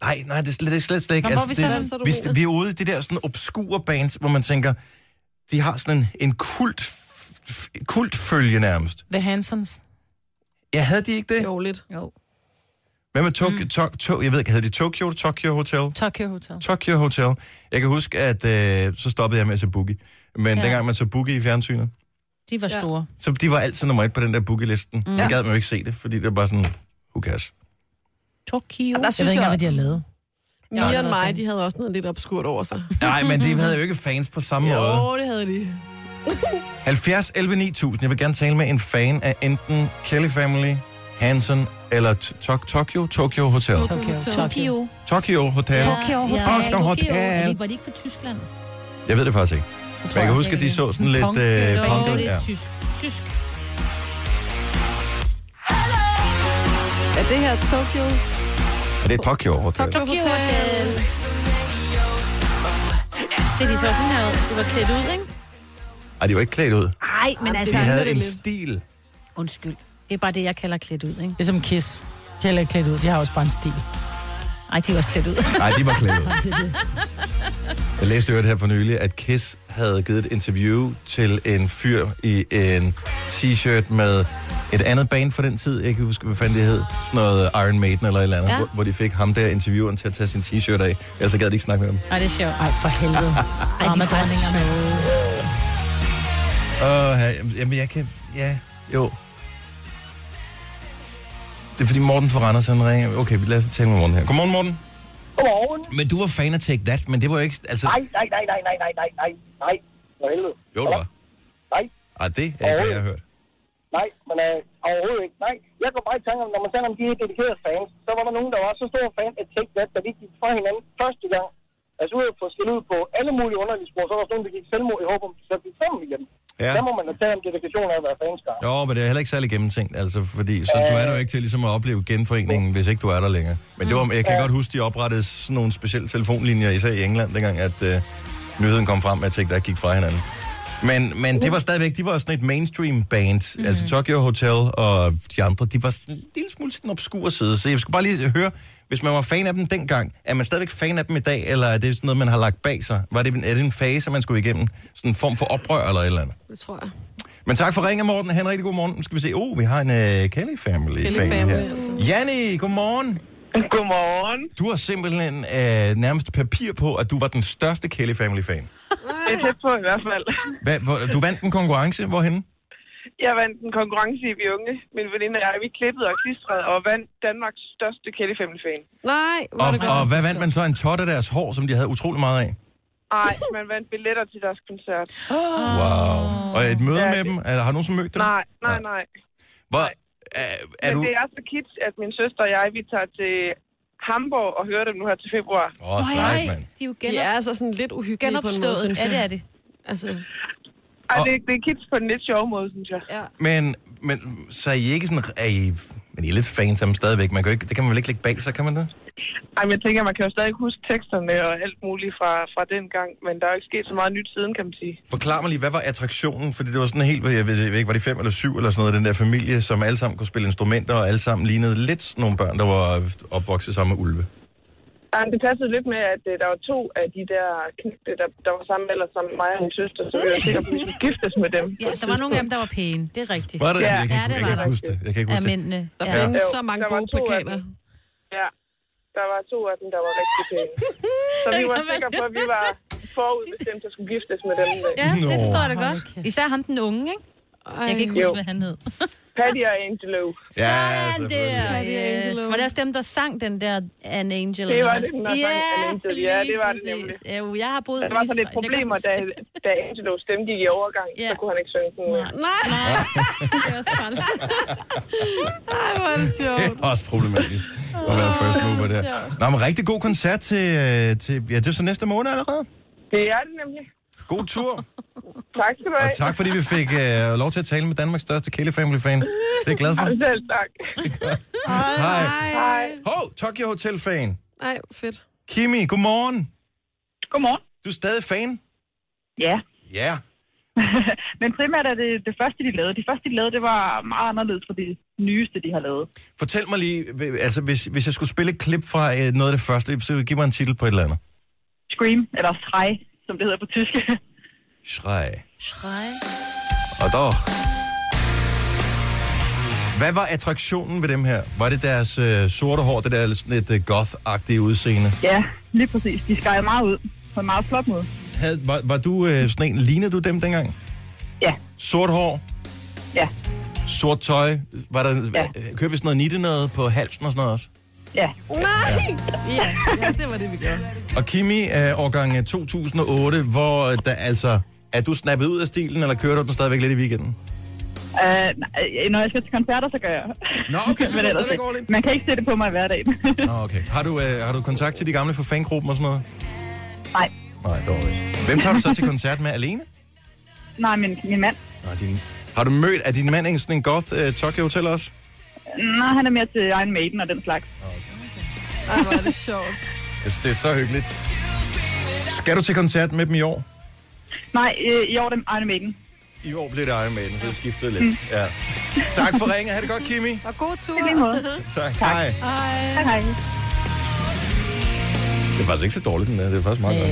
S1: nej, nej, det er slet, det er slet, slet ikke.
S2: Nå, hvor
S1: altså,
S2: er vi
S1: det,
S2: så henne?
S3: Så er
S1: vi,
S3: du uenig.
S1: vi er ude i det der sådan obskure bands, hvor man tænker, de har sådan en, en kult, f- f- kultfølge nærmest.
S2: The Hansons.
S1: Ja, havde de ikke det?
S3: Jo, lidt.
S5: Jo.
S1: Hvad med Tokyo? Mm. To, to, jeg ved ikke, hedder det Tokyo? Tokyo Hotel?
S2: Tokyo Hotel.
S1: Tokyo Hotel. Jeg kan huske, at øh, så stoppede jeg med at se Boogie. Men ja. dengang man så Boogie i fjernsynet,
S5: De var
S3: Ja.
S5: store.
S1: så de var altid nummer et på den der boogie-listen. Mm. Jeg gad man jo ikke se det, fordi det var bare sådan, who cares?
S5: Tokyo.
S2: Jeg ved ikke engang, hvad de har lavet.
S3: Mia og mig, de havde også noget lidt obskurt over sig.
S1: Nej, men de havde jo ikke fans på samme måde.
S3: Jo, det havde de.
S1: 70 11 9000. Jeg vil gerne tale med en fan af enten Kelly Family, Hansen eller T- Tok- Tokyo, Tokyo Hotel.
S2: Tokyo.
S5: Tokyo.
S1: Tokyo Hotel.
S2: Tokyo Hotel.
S1: Tokyo Hotel.
S4: Var de, var de ikke fra Tyskland?
S1: Jeg ved det faktisk ikke. Men jeg kan huske, at de så sådan lidt
S2: Punk.
S1: øh,
S2: Nå,
S4: Nå,
S1: punket.
S4: det
S1: Ja.
S4: er tysk. Tysk.
S3: Ja, det her Tokyo.
S1: Og det er Tokyo Hotel.
S5: Tokyo Hotel. Det de så sådan her ud. Det var klædt ud, ikke?
S1: Ej, de var ikke klædt ud.
S5: Nej, men altså...
S1: De havde
S3: det
S1: en
S3: lidt.
S1: stil.
S5: Undskyld. Det er bare det, jeg kalder klædt ud, ikke?
S2: Det er som Kiss. De har heller ikke klædt ud. De har også bare en stil.
S5: Nej, de var også klædt ud.
S1: Nej, de var klædt ud. Jeg læste jo det her for nylig, at Kiss havde givet et interview til en fyr i en t-shirt med et andet band for den tid. Jeg kan ikke huske, hvad fanden det hed. Sådan noget Iron Maiden eller et eller andet, ja.
S5: Ja.
S1: hvor, hvor de fik ham der intervieweren til at tage sin t-shirt af. Ellers så gad de ikke snakke med ham.
S5: Nej, det er sjovt.
S2: Ej, for helvede.
S5: Ej, de var
S2: Dramadronningerne.
S1: Åh, ja, jamen jeg kan... Ja, jo. Det er fordi Morten fra Randers, han ringer. Okay, lad os tale med Morten her. Godmorgen, Morten.
S8: Godmorgen.
S1: Men du var fan af Take That, men det var jo ikke...
S9: Ah.
S1: Altså,
S8: Nej, nej, nej, nej, nej, nej, nej, nej, nej. For helvede.
S1: jo, det var.
S8: Nej,
S1: Ej, det er ikke, hvad jeg har hørt.
S8: nej, men øh, overhovedet ikke. Nej, jeg går bare i tanke om, når man taler om de her dedikerede fans, så var der nogen, der var så store fan af Take That, da de gik fra hinanden første gang. Altså ude på skille ud på alle mulige underlige spor, så var der også nogen, der gik selvmord i håb om, at de så blev sammen igen.
S1: Ja.
S8: Ja. Der må man da tale om dedikation af at være fanskar.
S1: Jo, men det er heller ikke særlig gennemtænkt, altså, fordi så du er der jo ikke til ligesom at opleve genforeningen, hvis ikke du er der længere. Men det var, jeg kan godt huske, de oprettede sådan nogle specielle telefonlinjer, især i England, dengang at øh, nyheden kom frem, at ting der gik fra hinanden. Men, men det var stadigvæk, de var sådan et mainstream band, mm. altså Tokyo Hotel og de andre, de var sådan en lille smule til den obskure side, så jeg skulle bare lige høre, hvis man var fan af dem dengang, er man stadigvæk fan af dem i dag, eller er det sådan noget, man har lagt bag sig? Var det, en- er det en fase, man skulle igennem? Sådan en form for oprør eller et eller andet?
S3: Det tror jeg.
S1: Men tak for ringen, Morten. Han rigtig god morgen. Nu skal vi se. Oh, vi har en uh, Kelly Family
S3: Kelly
S1: fan
S3: family,
S1: her.
S3: altså.
S1: Janni, godmorgen.
S8: Godmorgen.
S1: Du har simpelthen uh, nærmest papir på, at du var den største Kelly Family fan.
S8: Det er tæt på i hvert fald.
S1: Hva, hvor, du vandt en konkurrence. Hvorhenne?
S8: Jeg vandt en konkurrence i Bjunge. Min veninde og jeg, vi klippede og klistrede og vandt Danmarks største Kelly Family fan.
S3: Nej, hvor er
S1: Og,
S3: det godt.
S1: og hvad vandt man så? En tot af deres hår, som de havde utrolig meget af.
S8: Nej, man vandt billetter til deres koncert.
S3: Ah.
S1: Wow. Og et møde
S8: Ah. Ja,
S1: med
S8: det-
S1: dem? Eller har du nogensinde mødt dem?
S8: Nej, nej, nej.
S1: Hvor, er, er
S8: Men
S1: du...
S8: det er så kids, at min søster og jeg, vi tager til Hamburg og hører dem nu her til februar.
S1: Åh, oh, sejt, mand.
S5: De er jo
S3: De
S5: genop,
S3: er altså sådan lidt uhyggelige på en måde,
S5: genopstået.
S3: synes
S5: Ja,
S3: jeg.
S5: det er det.
S3: Altså,
S8: Ej,
S1: Og-
S8: det, det er kids på en lidt sjov måde, synes jeg.
S3: ja.
S1: Men, men så er I ikke sådan... Er I, men I er lidt fans af dem stadigvæk. Man kan jo ikke, det kan man vel ikke lægge bag sig, kan man det?
S8: Ej, men jeg tænker, man kan jo stadig huske teksterne og alt muligt fra, fra den gang, men der er jo ikke sket så meget nyt siden, kan man sige.
S1: Forklar mig lige, hvad var attraktionen? Fordi det var sådan helt, jeg ved jeg ved ikke, var det fem eller syv eller sådan noget, den der familie, som alle sammen kunne spille instrumenter, og alle sammen lignede lidt nogle børn, der var opvokset sammen med ulve.
S8: Ej, men det passede lidt med, at øh, der var to af de der knægte, der, der var samme alder som mig og min søster, så vi var sikre på, at vi skulle giftes med dem.
S5: Ja, der var nogle af dem, der var pæne. Det er rigtigt.
S1: Var det?
S8: Ja,
S1: jeg kan,
S5: ja,
S1: ikke-
S5: det
S1: jeg kan
S5: var
S1: ikke huske det. Jeg kan ikke
S5: Af
S1: huske det.
S5: mændene.
S3: Der
S5: Ja.
S3: findes
S8: Jo,
S3: så mange
S8: der var
S3: gode
S8: to af
S3: plakater.
S8: dem. Ja, der var to af dem, der var rigtig pæne. Så vi var sikre på, at vi var forudbestemt, at skulle giftes med dem. øh.
S5: Ja,
S1: Nå.
S5: det forstår jeg da godt. Især ham den unge, ikke?
S3: Ej,
S5: Jeg kan ikke
S8: Jo.
S5: huske, hvad han hed.
S8: Patty og Angelo.
S1: Ja,
S5: Sådan
S1: selvfølgelig.
S5: der.
S3: Yes.
S5: Yes. Var det også dem, der sang den der An Angel?
S8: Det var dem, der sang An Angel. Ja, det var det
S5: lige
S8: nemlig.
S5: præcis. Jo, jeg har boet
S8: Der var sådan lidt problemer, da, da Angelos stemme gik i overgang,
S5: Ja.
S8: så kunne han ikke synge den mere.
S3: Nej,
S5: Det er også træls.
S3: nej, hvor er det
S1: Det
S3: sjovt.
S1: er også problematisk at være first mover der. Nå, men rigtig god koncert til, øh, til ja, det er så næste måned allerede.
S8: Det er det nemlig.
S1: God tur,
S8: Tak skal du
S1: og
S8: have.
S1: tak fordi vi fik øh, lov til at tale med Danmarks største Kelly Family fan. Det er jeg glad for.
S8: Selv tak.
S1: Hej.
S8: Hej.
S1: Hov, Tokyo Hotel fan.
S3: Nej, fedt.
S1: Kimi, godmorgen.
S8: Godmorgen.
S1: Du er stadig fan?
S8: Ja,
S1: Ja. Yeah.
S8: men primært er det det første, de lavede. Det første, de lavede, det var meget anderledes fra det nyeste, de har lavet.
S1: Fortæl mig lige, hv- altså hvis, hvis jeg skulle spille et klip fra øh, noget af det første, så giv mig en titel på et eller andet.
S8: Scream, eller Schrei, som det hedder på tysk.
S1: Schrei.
S5: Schrei.
S1: Og dog. Hvad var attraktionen ved dem her? Var det deres øh, sorte hår, det der sådan lidt øh, goth-agtige udseende?
S10: Ja, lige præcis. De skar meget ud på en meget flot måde.
S1: Havde, var, var du øh, sådan en, lignede du dem dengang?
S10: Ja,
S1: Sort hår,
S10: ja,
S1: sort tøj, var der, ja.
S10: Ja.
S1: kørte vi sådan noget nitte noget på halsen og sådan noget også?
S10: ja.
S3: Nej! Ja, ja, det var det, vi gjorde.
S1: Og Kimi, øh, årgang øh, 2008, hvor øh, der altså... Er du snappet ud af stilen, eller kører du den stadigvæk lidt i weekenden?
S10: Uh, når jeg skal til koncerter, så gør jeg.
S1: Nå, okay, så
S10: Men
S1: du
S10: ellers
S1: stadigvæk
S10: ikke.
S1: all in.
S10: Man kan ikke se det på mig hver dag.
S1: Nå, okay. Har du, øh, har du kontakt til de gamle fra fangruppen og sådan noget?
S10: Nej,
S1: Nej, dårligt. Hvem tager du så til koncert med alene?
S10: nej, min, min mand.
S1: Nej, din... Har du mødt, er din mand en sådan en goth øh, Tokyo Hotel også?
S10: Nej, han er mere til Iron Maiden og den slags.
S1: Ah,
S3: Ej, hvor er det sjovt.
S1: Altså, det er så hyggeligt. Skal du til koncert med dem i år?
S10: Nej, øh, i år er det Iron Maiden.
S1: I år blev det Iron Maiden, så det skiftede lidt. Ja. Tak for ringen. Ha' det godt, Kimi.
S3: Og god tur.
S10: I lige måde.
S1: Tak. Hej.
S10: Hej, hej.
S1: Det er faktisk ikke så dårligt, den der. Det er faktisk meget godt.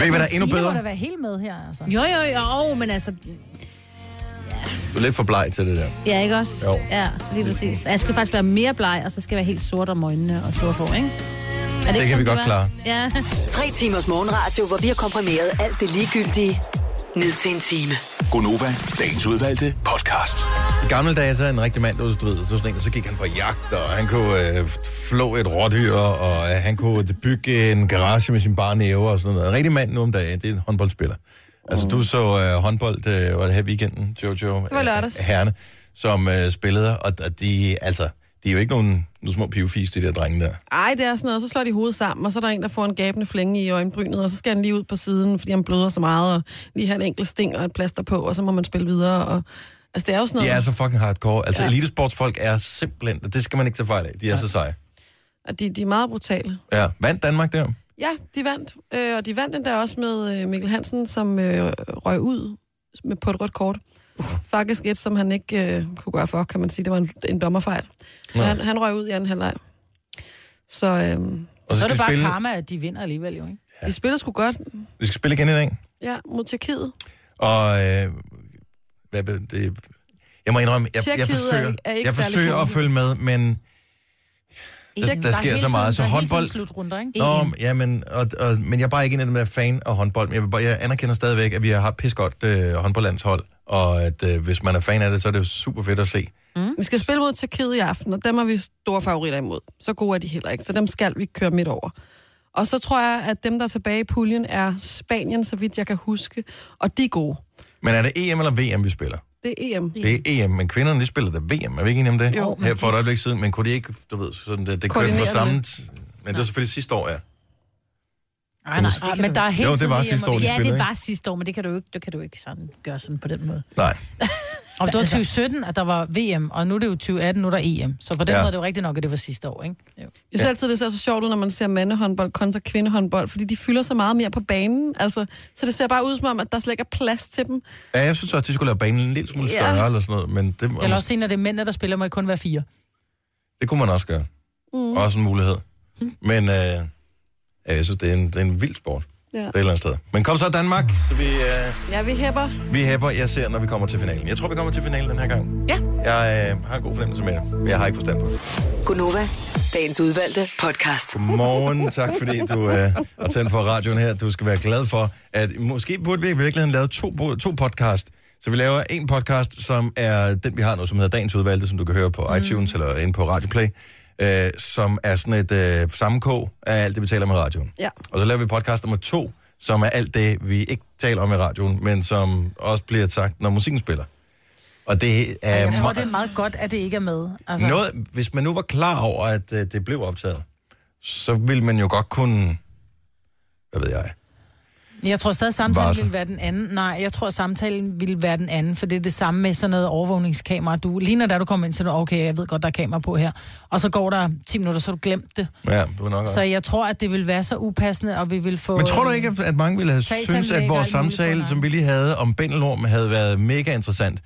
S1: Ved I, hvad der er endnu
S2: må da
S1: bedre?
S2: være helt med her, altså.
S4: Jo, jo, jo, jo, men altså...
S1: Du er lidt for bleg til det der.
S4: Ja, ikke også?
S1: Jo.
S4: Ja, lige præcis. Jeg skulle faktisk være mere bleg, og så skal jeg være helt sort om øjnene og sort hår, ikke? Er det,
S1: kan
S4: ikke sådan,
S1: vi godt
S4: var?
S1: klare.
S4: Ja.
S7: Tre timers morgenradio, hvor vi har komprimeret alt det ligegyldige ned til en time.
S6: Gonova, dagens udvalgte podcast.
S1: I gamle dage, så er en rigtig mand, du, du ved, så, sådan en, og så gik han på jagt, og han kunne øh, flå et rådyr, og øh, han kunne bygge en garage med sin bare næver og sådan noget. En rigtig mand nu om dagen, det er en håndboldspiller. Altså, du så øh, håndbold, øh, var det her i weekenden, Jojo? Det
S3: var lørdags.
S1: Herne, som øh, spillede, og, og de, altså, de er jo ikke nogen, nogen små pivfis, de der drenge der.
S3: Ej, det er sådan noget. Så slår de hovedet sammen, og så er der en, der får en gabende flænge i øjenbrynet, og så skal han lige ud på siden, fordi han bløder så meget, og lige have en enkelt sting og et plaster på, og så må man spille videre. Og... Altså, det er jo sådan
S1: De
S3: noget,
S1: er så fucking hardcore. Altså, ja. elitesportsfolk er simpelthen, det skal man ikke tage fejl af, de er ja. så seje.
S3: og de, de er meget brutale.
S1: Ja, vandt Danmark der?
S3: Ja, de vandt, øh, og de vandt den der også med øh, Mikkel Hansen, som øh, røg ud med, på et rødt kort. Faktisk et, som han ikke øh, kunne gøre for, kan man sige. Det var en, en dommerfejl.
S1: Nå.
S3: Han, han røg ud i anden halvleg. Så øh,
S1: Og
S2: Så er
S1: skal
S2: det
S1: vi
S2: bare
S1: spille,
S2: karma, at de vinder alligevel, jo, ikke?
S3: ja. de spiller sgu godt.
S1: vi skal spille igen i dag.
S3: Ja, mod Tjekkiet.
S1: Og øh, hvad, be- det, jeg må indrømme, jeg, jeg
S3: Tjekkiet er
S1: forsøger,
S3: ikke- er ikke
S1: jeg
S3: særlig
S1: forsøger at
S3: gode.
S1: følge med, men der, der sker så meget. Så håndbold...
S2: slutrunder, ikke?
S1: Nå, ja, men, og, og, men jeg er bare ikke en af dem, der er fan af håndbold. Men jeg, vil bare, jeg anerkender stadigvæk, at vi har haft godt øh, håndboldlandshold, og at øh, hvis man er fan af det, så er det jo super fedt at se.
S3: Vi skal spille mod Tjekkiet i aften, og dem er vi store favoritter imod. Så gode er de heller ikke, så dem skal vi køre midt over. Og så tror jeg, at dem, der er tilbage i puljen, er Spanien, så vidt jeg kan huske. Og de er gode.
S1: Men er det EM eller VM, vi spiller?
S3: Det er E EM.
S1: Det er EM, men kvinderne, de spiller da VM. Er vi ikke enige om det?
S3: Jo,
S1: Her for et øjeblik siden, men kunne de ikke, du ved, sådan, det, det kørte
S3: Koordinere
S1: for
S3: det
S1: samme... t- Men det var selvfølgelig sidste år, ja.
S2: Nej, nej,
S5: det
S2: nej,
S5: kan
S2: men
S5: du
S2: der er
S5: ikke.
S2: helt
S1: Jo, det var sidste år, de
S5: Ja,
S1: spillede,
S5: det
S1: ikke?
S5: var sidste år, men det kan du jo ikke, det kan du ikke sådan gøre sådan på den måde.
S1: Nej.
S2: Og det var 2017, at der var VM, og nu er det jo 2018, nu er der EM. Så på den
S1: Ja.
S2: ja. måde er det jo rigtigt nok, at det var sidste år, ikke?
S3: Jeg synes altid, det ser så sjovt ud, når man ser mandehåndbold kontra kvindehåndbold, fordi de fylder så meget mere på banen. Altså, så det ser bare ud som om, at der slet ikke er plads til dem.
S1: Ja, jeg synes også, at de skulle lave banen en lille smule
S3: Ja.
S1: større eller sådan noget, men det,
S2: Eller også se, når det er mændene, der spiller, må det kun være fire.
S1: det kunne man også gøre. Mm. Også en mulighed. Men øh, ja, jeg synes, det er en, det er en vild sport.
S3: Ja.
S1: Det er et eller andet sted. Men kom så Danmark, så vi, øh,
S3: Ja, vi hæpper.
S1: vi hæpper. Jeg ser, når vi kommer til finalen. Jeg tror, vi kommer til finalen den her gang.
S3: Ja.
S1: Jeg øh, har en god fornemmelse med jer, men jeg har ikke forstand på det.
S7: Gunova, dagens udvalgte podcast.
S1: Godmorgen, tak fordi du øh, har tændt for radioen her. Du skal være glad for, at måske burde vi i virkeligheden lave to, bo- to podcast. Så vi laver en podcast, som er den, vi har nu, som hedder Dagens Udvalgte, som du kan høre på mm. iTunes eller inde på Radioplay, øh, som er sådan et øh, sammenkog af alt det, vi taler om i radioen.
S3: Ja.
S1: Og så laver vi podcast nummer to, som er alt det, vi ikke taler om i radioen, men som også bliver sagt, når musikken spiller. Og det er...
S2: Jeg tror, det er meget godt, at det ikke er med. Altså,
S1: øh, Noget, hvis man nu var klar over, at øh, det blev optaget, så ville man jo godt kunne... Hvad ved jeg?
S2: Jeg tror stadig, at samtalen
S1: Varsel.
S2: ville være den anden. Nej, jeg tror, at samtalen ville være den anden, for det er det samme med sådan noget overvågningskamera. Du, lige når der du kommer ind, så er du, okay, jeg ved godt, der er kamera på her. Og så går der 10 minutter, så har du glemt det.
S1: Ja, du kan nok
S2: Så
S1: også.
S2: jeg øh, tror, at det vil være så upassende, og vi vil få...
S1: Men tror du ikke, at- at mange ville have
S2: Sagsanlæg
S1: synes, at
S2: og
S1: vores
S2: alt muligt
S1: samtale,
S2: på
S1: som vi lige havde om Bendelorm, havde været mega interessant?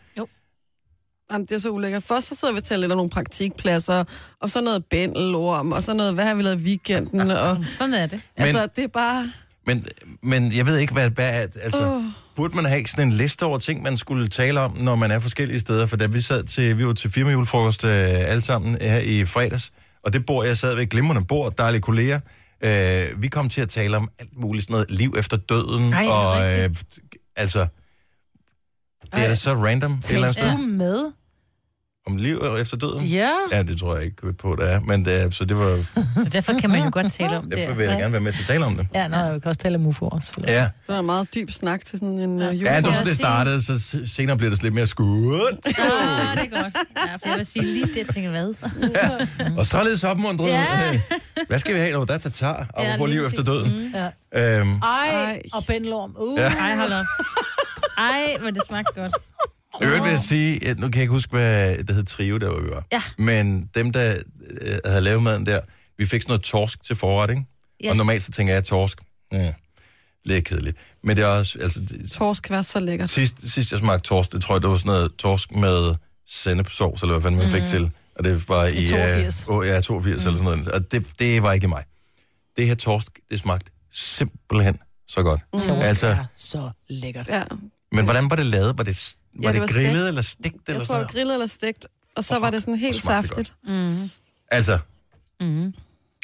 S3: Jamen, det er så ulækkert. Først så sidder vi og taler lidt om nogle praktikpladser, og så noget bændelorm, og så noget, hvad har vi lavet i weekenden, og...
S5: Sådan er det.
S1: Men,
S3: Altså, det er bare...
S1: men, men jeg ved ikke, hvad... hvad er- altså,
S3: Åh.
S1: Burde man have sådan en liste over ting, man skulle tale om, når man er forskellige steder? For da vi sad til, vi var til firmajulefrokost øh, alle sammen her i fredags, og det bord, jeg sad ved, glimrende bord, dejlige kolleger, øh, vi kom til at tale om alt muligt, sådan noget liv efter døden,
S4: Ej,
S1: Ej,
S4: er det
S1: og øh, altså, det er da så random et eller andet
S2: Tænkte du
S1: sted.
S2: med?
S1: Om liv efter døden?
S2: Ja.
S1: Ja, det tror jeg ikke på, det er, men det er, så det var,
S4: Så derfor kan man jo godt tale om
S1: derfor
S4: det.
S1: vil jeg da gerne være med til at tale om det.
S2: Ja, nej, jeg kan også tale om UFO'er, selvfølgelig.
S1: Ja.
S3: Det var en meget dyb snak til sådan en uh, jul.
S1: Ja, det var
S4: også
S1: sådan, det
S4: sige-
S1: startede, så s- senere blev det sådan lidt mere skudt.
S4: Ah, det er godt. Ja, for jeg vil sige lige det, jeg tænker, hvad?
S1: Og således opmuntret.
S4: Ja.
S1: Ja. Hvad skal vi have? Når der er tatar, og på
S4: lige
S1: liv efter
S4: præcis.
S1: døden. Mm.
S2: Ja.
S1: Øhm,
S2: Ej,
S3: Ej.
S2: og Ben Lorm. Uh.
S1: Ja. Mm.
S2: Ja.
S4: Ej, hold op. Ej, men det smagte godt.
S1: I øvrigt vil jeg sige, at nu kan jeg ikke huske, hvad det hed Trio, der var vi var.
S4: Ja.
S1: Men dem, der øh, havde lavet maden der, vi fik sådan noget torsk til forret, ikke?
S4: Ja.
S1: Og normalt så tænker jeg, torsk, ja, lidt kedeligt. Men det er også, altså, det-
S3: Tors kan være så lækkert.
S1: sidst, sidst jeg smagte torsk, det tror jeg, det var sådan noget torsk med sennepsovs, eller hvad fanden man fik til. Og det var i...
S2: I 82.
S1: Øh, åh, ja, 82 mm. eller sådan noget. Og det, det var ikke lige mig. Det her torsk, det smagte simpelthen så godt. Mm. Altså,
S2: Så lækkert.
S3: Ja.
S1: men hvordan var det lavet? Var det, s- var
S3: Ja,
S1: det,
S3: det
S1: det
S3: var
S1: grillet
S3: stegt.
S1: eller stegt?
S3: Jeg
S1: Eller sådan
S3: tror, det var
S1: noget?
S3: grillet eller stegt, og så var det sådan helt
S1: hvor smagte det
S3: saftigt.
S1: Altså,
S2: Mm-hmm.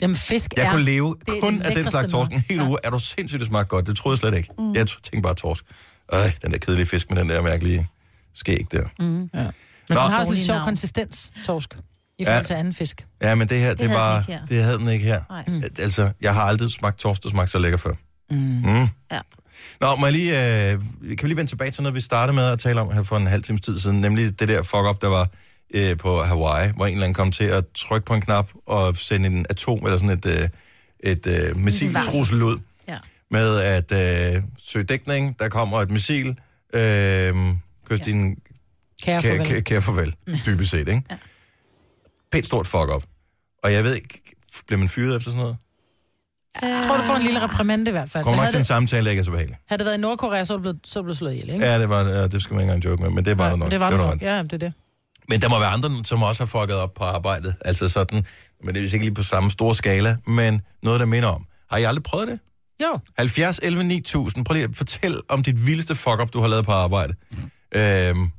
S2: Jamen, fisk
S1: Jeg
S2: er...
S1: kunne leve
S2: det er
S1: kun
S2: det
S1: af den
S2: lækreste
S1: slags torsk
S2: mad.
S1: en hel uge. Er du sindssygt, det smagte godt? Det troede jeg slet ikke. Mm. Jeg t- tænkte bare torsk. Øj, den der kedelige fisk med den der mærkelige skæg der. Mm.
S2: Men
S1: Nå.
S2: den har sådan en
S4: Dårlige
S2: sjov
S4: navn.
S2: konsistens, torsk, i forhold til anden fisk.
S1: Ja, men det her, det, det,
S4: havde den
S1: var,
S4: ikke her.
S1: det havde den ikke her.
S4: Nej.
S1: Mm. Altså, jeg har aldrig smagt torsk, der smagte så lækker før. Mm. Mm.
S4: Ja.
S1: Nå, må jeg lige, øh, kan vi lige vende tilbage til noget, vi startede med at tale om her for en halv times tid siden, nemlig det der fuck-up, der var øh, på Hawaii, hvor en eller anden kom til at trykke på en knap og sende en atom eller sådan et, øh, et øh, missiltrussel ud.
S4: Ja.
S1: med at øh, søge dækning, der kommer et missil, øh, kys ja. din kære,
S2: Kære farvel.
S1: kære, kære farvel, dybest set, ikke? Ja. Pænt stort fuck-up. Og jeg ved ikke, bliver man fyret efter sådan noget?
S2: Jeg tror, du får en lille reprimande i hvert fald.
S1: Kommer nok
S2: Havde
S1: til en
S2: det,
S1: samtale, der ikke er så behagelig.
S2: havde det været i Nordkorea, så er du blevet, så er du blevet slået ihjel, ikke?
S1: Ja, det, var, ja, det skal man ikke engang joke med, men det var der
S2: Nej,
S1: nok.
S2: det var det
S1: der
S2: nok. Ja, det er det.
S1: Men der må være andre, som også har fucket op på arbejdet. Altså sådan, men det er vist ikke lige på samme store skala, men noget, der minder om. Har I aldrig prøvet det?
S2: Jo,
S1: 70 11 9000. Prøv lige at fortæl om dit vildeste fuck-up, du har lavet på arbejde. Mm. Øhm,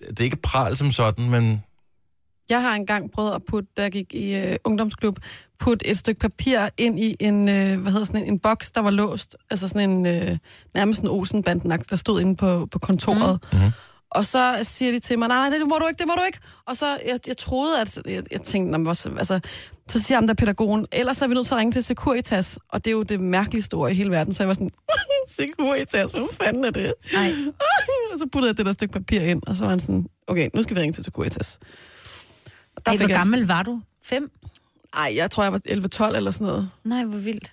S1: det er ikke pral som sådan, men...
S3: Jeg har engang prøvet at putte, da jeg gik i øh, ungdomsklub, putte et stykke papir ind i en, øh, hvad hedder sådan en, en boks, der var låst. Altså sådan en, øh, nærmest en Olsenbanden, der stod inde på, på kontoret. Mm-hmm. Og så siger de til mig, nej, nej, det må du ikke, det må du ikke. Og så, jeg, jeg troede, at, jeg, jeg tænkte, "Nå, men hvor, altså, så siger ham der pædagogen, ellers er vi nødt til at ringe til Securitas, og det er jo det mærkeligste ord i hele verden. Så jeg var sådan, Securitas, hvor fanden er det?
S4: Nej.
S3: og så puttede jeg det der stykke papir ind, og så var han sådan, okay, nu skal vi ringe til Securitas. Og
S4: Ej, hvor
S3: jeg-
S4: gammel var du? Fem?
S3: Ej, jeg tror, jeg var 11-12 eller sådan noget.
S4: Nej, hvor vildt.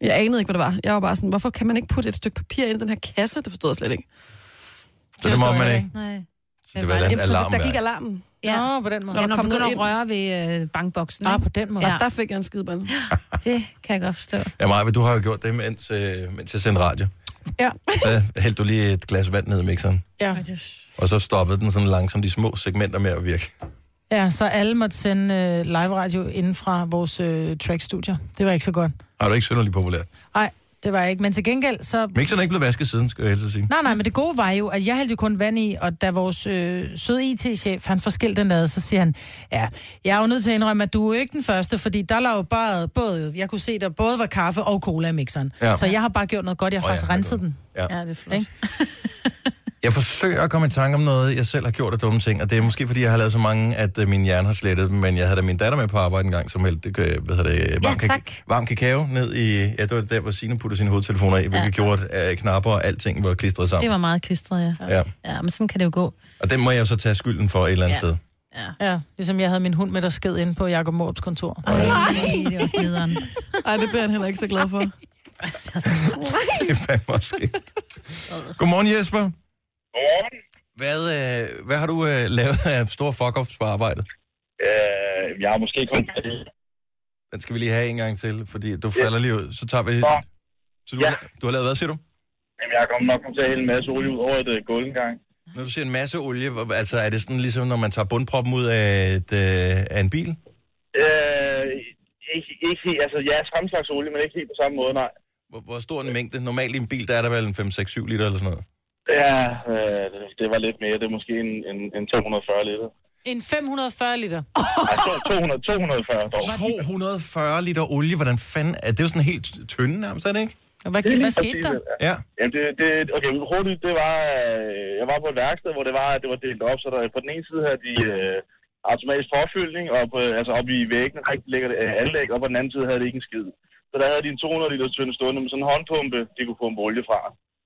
S3: Jeg anede ikke, hvad det var. Jeg var bare sådan, hvorfor kan man ikke putte et stykke papir ind i den her kasse? Det forstod jeg slet ikke.
S1: Så det må
S2: forstår
S1: man
S2: jeg
S1: ikke.
S4: Nej.
S1: Så det var et eller
S3: Jamen,
S1: andet
S3: så, der
S1: alarmværk.
S3: gik alarmen.
S4: Ja,
S2: Ja. Nå, på den måde.
S4: ja
S3: der
S4: når du
S3: kom
S4: begynder
S3: noget
S4: at
S3: ind.
S4: røre ved øh, bankboksen.
S2: Ah,
S4: ikke?
S2: på den måde.
S4: Ja.
S3: Ja. Der fik jeg en skideball.
S4: Det kan jeg godt forstå.
S1: Ja, Maja, du har jo gjort det, mens, øh, mens jeg sendte radio.
S3: Ja.
S1: Der hældte du lige et glas vand ned i mixeren,
S2: Ja.
S1: og så stoppede den sådan langsomt de små segmenter med at virke.
S2: ja, så alle måtte sende øh, live-radio inden fra vores øh, track-studier. Det var ikke så godt.
S1: Har du ikke synderlig populær?
S2: Nej, det var jeg ikke. Men til gengæld, så
S1: Mixeren er ikke blevet vasket siden, skal jeg helst sige.
S2: Nej, nej, men det gode var jo, at jeg hældte jo kun vand i, og da vores øh, søde IT-chef, han forskilte den ad, så siger han, ja, jeg er jo nødt til at indrømme, at du er jo ikke den første, fordi der lå jo bare både, jeg kunne se, der både var kaffe og cola i mixeren.
S1: Ja.
S2: Ja. Så jeg har bare gjort noget godt, jeg har
S1: Åh,
S2: oh, faktisk
S1: ja,
S2: renset
S1: det
S2: den.
S4: Ja, det er flot.
S2: Ikke?
S1: Jeg forsøger at komme i tanke om noget, jeg selv har gjort af dumme ting, og det er måske, fordi jeg har lavet så mange, at øh, min hjerne har slettet dem, men jeg havde da min datter med på arbejde en gang, som hældte det, øh, hvad hedder det, varm,
S4: tak.
S1: kaka- varm kakao ned i, ja, det var der, hvor Signe puttede sine hovedtelefoner i, hvilket ja. gjorde, at øh, knapper og alting var klistret sammen.
S4: Det var meget klistret, ja.
S1: Ja,
S4: Ja, men sådan kan det jo gå.
S1: og den må jeg jo så tage skylden for et eller andet
S4: Ja.
S1: sted.
S2: Ja, ligesom jeg havde min hund med, der sked inde på Jacob Morps kontor.
S4: Ej, det er også nederen.
S3: Ej, det bliver han heller ikke så glad for.
S1: Det er fandme også sket. Godmorgen, Jesper.
S8: Godmorgen.
S1: Hvad, øh, hvad har du øh, lavet af store fuck-ups på arbejdet?
S8: Øh, jeg har måske kun...
S1: Den skal vi lige have en gang til, fordi du falder lige ud. Så tager vi...
S8: Nå.
S1: Så du,
S8: Ja.
S1: har- du har lavet hvad, siger du?
S8: Jamen, jeg kommer nok til at hælde en masse olie ud over et øh, gulv engang.
S1: Når du siger en masse olie, hvor- altså er det sådan ligesom, når man tager bundproppen ud af, et, øh, af en bil?
S8: Øh, ikke, ikke helt, altså ja, samme slags olie, men ikke helt på samme måde, nej.
S1: Hvor, hvor stor en mængde? Normalt i en bil, der er der vel en 5-6-7 liter eller sådan noget.
S11: Ja, øh, det- det var lidt mere. Det er måske en, en, en 240 liter.
S2: En 540 liter.
S11: Nej, to- 200, 240 dog.
S1: 240 liter olie, hvordan fanden... Er det jo sådan helt tynde nærmest, er det ikke?
S2: Hvad,
S11: Det er
S2: gik- hvad
S11: lige
S2: skete der?
S11: præcis,
S1: Ja.
S11: Jamen, det, det, okay, hurtigt, det var, øh, jeg var på et værksted, hvor det var, det var delt op, så der på den ene side havde de øh, automatisk forfyldning, og på, altså op i væggen rigtig ligger det øh, anlæg, og på den anden side havde det ikke en skid. Så der havde de en 200 liter tynd stående med sådan en håndpumpe, de kunne pumpe olie fra.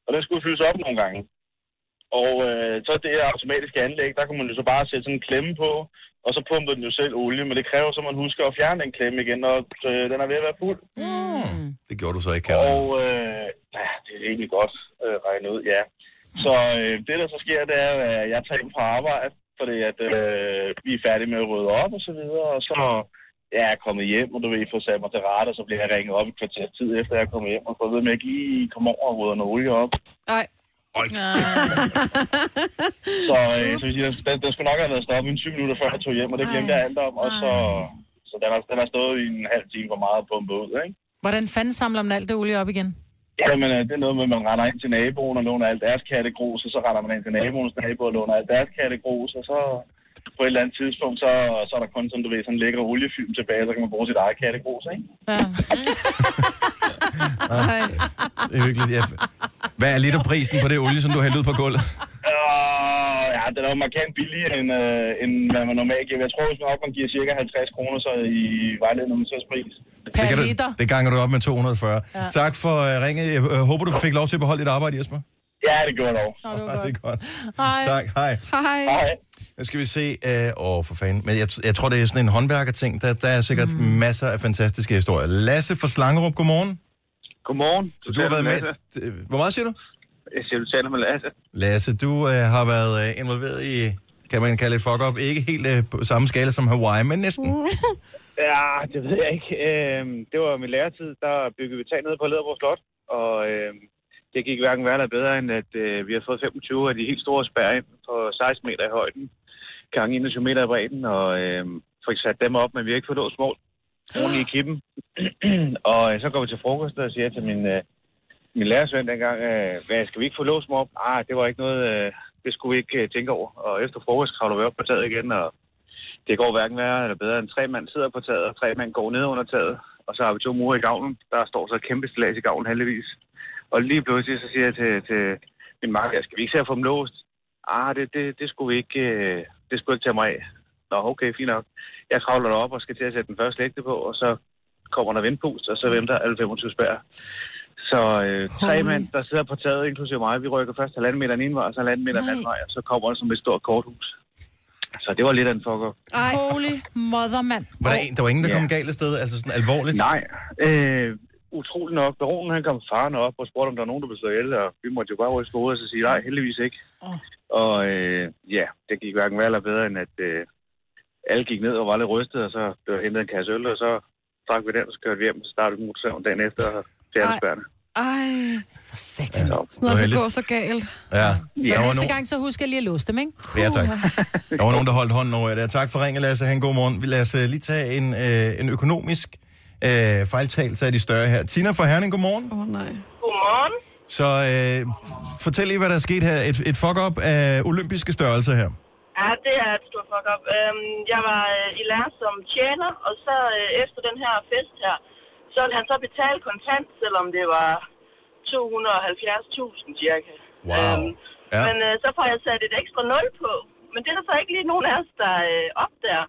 S11: Og den skulle fyldes op nogle gange. Og øh, så det her automatiske anlæg, der kunne man jo så bare sætte sådan en klemme på, og så pumper den jo selv olie, men det kræver så, at man husker at fjerne den klemme igen, når øh, den er ved at være fuld.
S1: Det gjorde du så ikke, Karoline.
S11: Og øh, ja, det er egentlig godt øh, regnet ud, ja. Så øh, det, der så sker, det er, at jeg tager hjem fra arbejde, fordi at, øh, vi er færdige med at rydde op og så videre, og så ja, jeg er kommet hjem, og du ved, få sat mig til rette, og så bliver jeg ringet op et kvarter tid efter, jeg er kommet hjem, og så ved jeg ikke lige komme over og rydde noget olie op.
S3: Nej.
S12: Ah.
S11: Så, øh, så vil sige, den, den, skulle nok have været stoppet en 20 minutter, før jeg tog hjem, og det glemte jeg alt om, og så, så den, har, den har stået i en halv time for meget at pumpe ud, ikke?
S2: Hvordan fanden samler man alt det olie op igen?
S11: Jamen, øh, det er noget med, at man render ind til naboen og låner alt deres kattegrus, og så render man ind til naboens nabo og låner alt deres kattegrus, og så på et eller andet tidspunkt, så, så er der kun sådan, du ved, sådan en lækker oliefilm tilbage, og så kan man bruge sit eget kattegrus, ikke?
S1: Det er virkelig, ja. Hvad er literprisen på det olie, som du har hældt ud på gulvet?
S11: Og Øh, ja, det er jo markant billigere, end, øh, end hvad man normalt giver. Jeg tror, hvis nok, man giver cirka 50 kroner så i vejledningspris.
S1: det, kan du, det ganger du op med 240. Ja. Tak for uh, ringet. Jeg øh, håber, du fik lov til at beholde dit arbejde, Jesper.
S11: Ja, det gjorde jeg dog.
S1: Nå, det, er godt.
S2: Hej.
S1: Tak, hej.
S3: Hej.
S1: Nu skal vi se, øh, åh for fanden, men jeg, jeg tror, det er sådan en håndværkerting, der, der er sikkert mm. masser af fantastiske historier. Lasse fra Slangerup, godmorgen.
S12: Godmorgen.
S1: Så du har været med, d- hvor meget siger du?
S12: Jeg siger, du taler med Lasse.
S1: Lasse, du øh, har været øh, involveret i, kan man kalde et fuck-up, ikke helt øh, på samme skala som Hawaii, men næsten.
S12: Ja, det ved jeg ikke. Øhm, det var min læretid, der byggede vi tag nede på Lederborg Slot, og øhm, det gik hverken værre eller bedre, end at øh, vi har fået 25 af de helt store spærre ind på 16 meter i højden, gange 21 meter i bredden, og øhm, fik sat dem op, men vi har ikke fået låst mål oven i kippen. og øh, så går vi til frokost, og siger jeg til min, øh, min lærersvend dengang, øh, hvad, skal vi ikke få låst mig op? Ah, det var ikke noget, øh, det skulle vi ikke øh, tænke over. Og efter frokost kravler vi op på taget igen, og det går hverken værre eller bedre end tre mand sidder på taget, og tre mand går ned under taget, og så har vi to murer i gavlen. Der står så et kæmpe stillads i gavlen heldigvis. Og lige pludselig så siger jeg til, til min marker, skal vi ikke se at få dem låst? Ah, det, det, det skulle vi ikke, øh, det skulle jeg ikke tage mig af. Nå, okay, fint nok. Jeg kravler derop og skal til at sætte den første lægte på, og så kommer der vindpust, og så venter alle 25 spær. Så øh, tre mand, der sidder på taget, inklusive mig, vi rykker først halvanden meter den ene vej, og så halvanden meter den anden vej, og så kommer der som et stort korthus. Så det var lidt af en fuck-up.
S2: Ej. Holy mother, mand.
S1: Var der, en, der var ingen, der
S12: Ja.
S1: kom galt af sted, altså sådan alvorligt?
S12: Nej, øh, utrolig nok. Baronen han kom farne op og spurgte, om der var nogen, der blev slået ihjel, og vi måtte jo bare ryste på hovedet og så sige, nej, heldigvis ikke.
S2: Åh.
S12: Og øh, ja, det gik hverken værre eller bedre, end at øh, alle gik ned og var lidt rystet, og så blev der hentet en kasse øl, og så drak vi den, og så kørte vi hjem, og så startede vi motorsaven dagen efter, og fjernede spærrene.
S3: Ej,
S2: For satan.
S3: sådan noget kan gå så galt.
S1: Ja.
S2: Så
S1: Der var
S2: næste
S1: nogen,
S2: gang, så husker jeg lige at låse dem, ikke?
S1: ja, tak. Der var nogen, der holdt hånden over jer der. Tak for ringen, Lasse. Han god morgen. Vi lader os øh, lige tage en, øh, en økonomisk øh, fejltagelse af de større her. Tina fra Herning, godmorgen.
S3: Åh, oh, nej.
S9: Godmorgen.
S1: Så øh, fortæl lige, hvad der er sket her. Et, et fuck-up af olympiske størrelse her.
S9: Ja, det er et stort fuck up. Øhm, jeg var øh, i lære som tjener, og så øh, efter den her fest her, så ville han så betale kontant, selvom det var 270.000 cirka.
S13: Wow.
S9: Ja. Men øh, så får jeg sat et ekstra nul på. Men det er der så ikke lige nogen af os, der øh, opdager.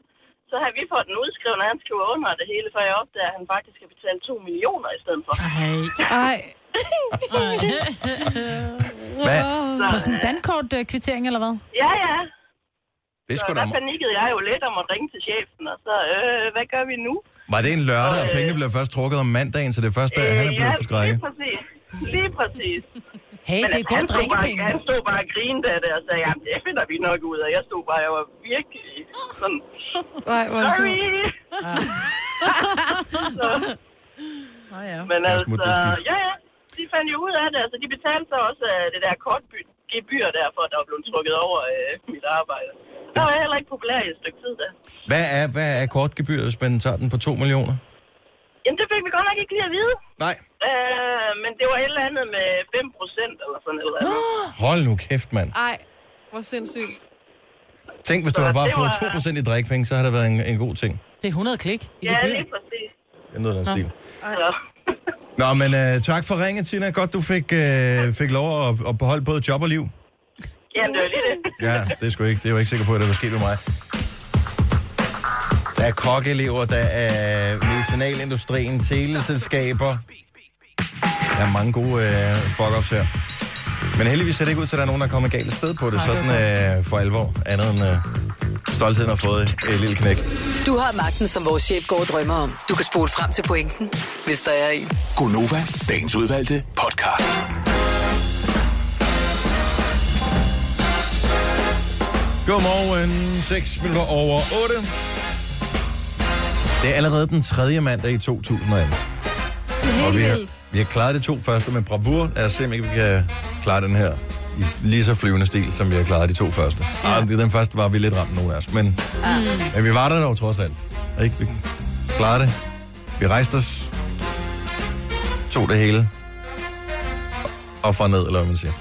S9: Så har vi fået den udskrevet, og han skriver under det hele, for jeg opdager, at han faktisk har betalt 2 millioner i stedet for.
S3: Ej.
S1: Hvad?
S2: På sådan en dankort-kvittering, eller hvad?
S9: Ja, ja.
S1: Det er
S9: Så
S1: sgu da...
S9: der panikkede jeg jo lidt om at ringe til chefen, og så, øh, hvad gør vi nu?
S1: Var det en lørdag, og pengene blev først trukket om mandagen, så det er først, øh, han er blevet forskrækket?
S9: lige præcis. Lige præcis.
S2: Hey,
S9: Men
S2: det er gode
S9: altså, han stod bare-
S2: drikkepenge.
S9: Han stod bare og grinede af det og sagde, jamen det finder vi nok ud af. Jeg stod bare, jeg var virkelig sådan,
S3: Nej, hvor er det
S9: sorry. så,
S2: Ah.
S4: Oh, ja.
S9: men
S4: Der er
S9: altså,
S4: smut, det er skidt.
S9: ja, ja, de fandt jo ud af det. Altså, de betalte så også øh, det der kortby- gebyr derfor, der var blevet trukket over øh, mit arbejde. Der var jeg heller ikke populær i et stykke tid da.
S1: Hvad er, hvad er kortgebyret, hvis man tager den på 2 millioner?
S9: Jamen, det fik vi godt nok ikke lige at vide.
S1: Nej.
S9: Øh, men det var et eller andet med 5 procent eller sådan noget.
S1: Hold nu kæft, mand.
S3: Ej, hvor sindssygt.
S1: Tænk, hvis du
S3: Så
S1: havde bare
S3: det
S1: fået
S3: var-
S1: 2% i drikkepenge, så havde det været en, en god ting.
S2: Det er 100 klik.
S9: Ja, lige præcis.
S1: Det er noget af den stil.
S9: Så,
S1: Nå, men øh, tak for ringet, Tina. Godt, du fik, øh, fik lov at, at beholde både job og liv.
S9: ja, det var lige det.
S1: Ja, det er sgu ikke. Det er jo ikke sikker på, at det var sket med mig. Der er kokkeelever, der er medicinalindustrien, teleselskaber. Der er mange gode øh, fuck-ups her. Men heldigvis ser det ikke ud til, at der er nogen, der er kommet galt af sted på det. Sådan øh, for alvor. Andet end øh, stoltheden har fået et lille knæk.
S7: Mm. Du har magten, som vores chef går og drømmer om. Du kan spole frem til pointen, hvis der er en.
S6: Gonova, dagens udvalgte podcast.
S1: Godmorgen. 6 minutter over 8. Det er allerede den tredje mandag i 2018. Og vi har, vi har klaret de to første med bravur. Lad os se, om ikke vi kan klare den her i lige så flyvende stil, som vi har klaret de to første. Ja. Ej, det- den første var vi lidt ramt, nogen af os. Men, mm. men vi var der dog trods alt. Ikke? Vi klarede det. Vi rejste os. Tog det hele. Og fra ned, eller hvad man siger.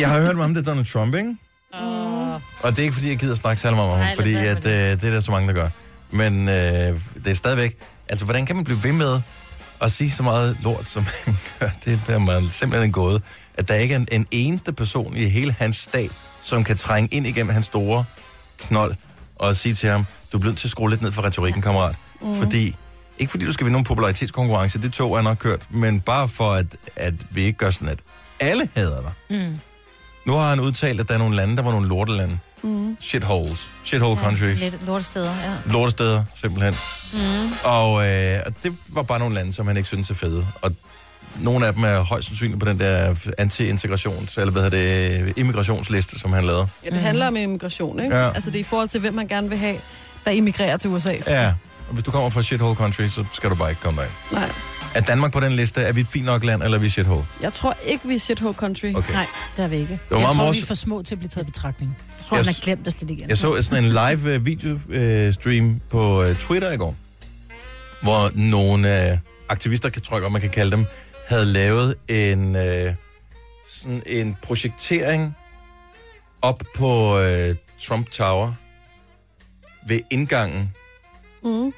S1: Jeg har hørt meget om det Donald Trump, ikke? Og det er ikke, fordi jeg gider snakke særlig meget om ham,
S13: Nej, lad
S1: fordi
S13: være med
S1: at, øh, det er der så mange, der gør. Men øh, det er stadigvæk... Altså, hvordan kan man blive ved med at sige så meget lort, som han gør? Det er man simpelthen en gåde. At der ikke er en, en eneste person i hele hans stat, som kan trænge ind igennem hans store knold og sige til ham, du bliver nødt til at skrue lidt ned for retorikken, kammerat. Mm.
S13: Mhm.
S1: Fordi, ikke fordi du skal vinde nogen popularitetskonkurrence, det tog er nok kørt, men bare for, at, at vi ikke gør sådan, at alle hader dig.
S2: Mm.
S1: Nu har han udtalt, at der er nogle lande, der var nogle lortelande.
S5: Mm.
S1: Shitholes. Shithole countries.
S5: Lidt lortesteder, ja.
S1: Lortesteder, simpelthen.
S5: Mm.
S1: Og øh, og det var bare nogle lande, som han ikke syntes er fede. Og nogle af dem er højst sandsynligt på den der anti-integrations, eller hvad hedder det, immigrationsliste, som han lavede.
S3: Ja, det handler om immigration, ikke?
S1: Ja.
S3: Altså, det er i forhold til, hvem man gerne vil have, der immigrerer til USA.
S1: Ja, og hvis du kommer fra shithole country, så skal du bare ikke komme derind.
S3: Nej.
S1: Er Danmark på den liste? Er vi et fint nok land, eller er vi shithole?
S3: Jeg tror ikke, vi er shithole country.
S1: Okay.
S3: Nej, det er vi ikke.
S1: var meget
S2: jeg tror, vi er
S1: morsomt.
S2: for små til at blive taget i betragtning. Jeg
S1: tror, Jeg han har s-
S2: glemt os lidt igen.
S1: Jeg så sådan en live øh, video øh, stream på øh, Twitter i går, hvor nogle øh, aktivister, kan tror jeg godt, man kan kalde dem, havde lavet en, øh, sådan en projektering op på øh, Trump Tower ved indgangen
S3: Mm.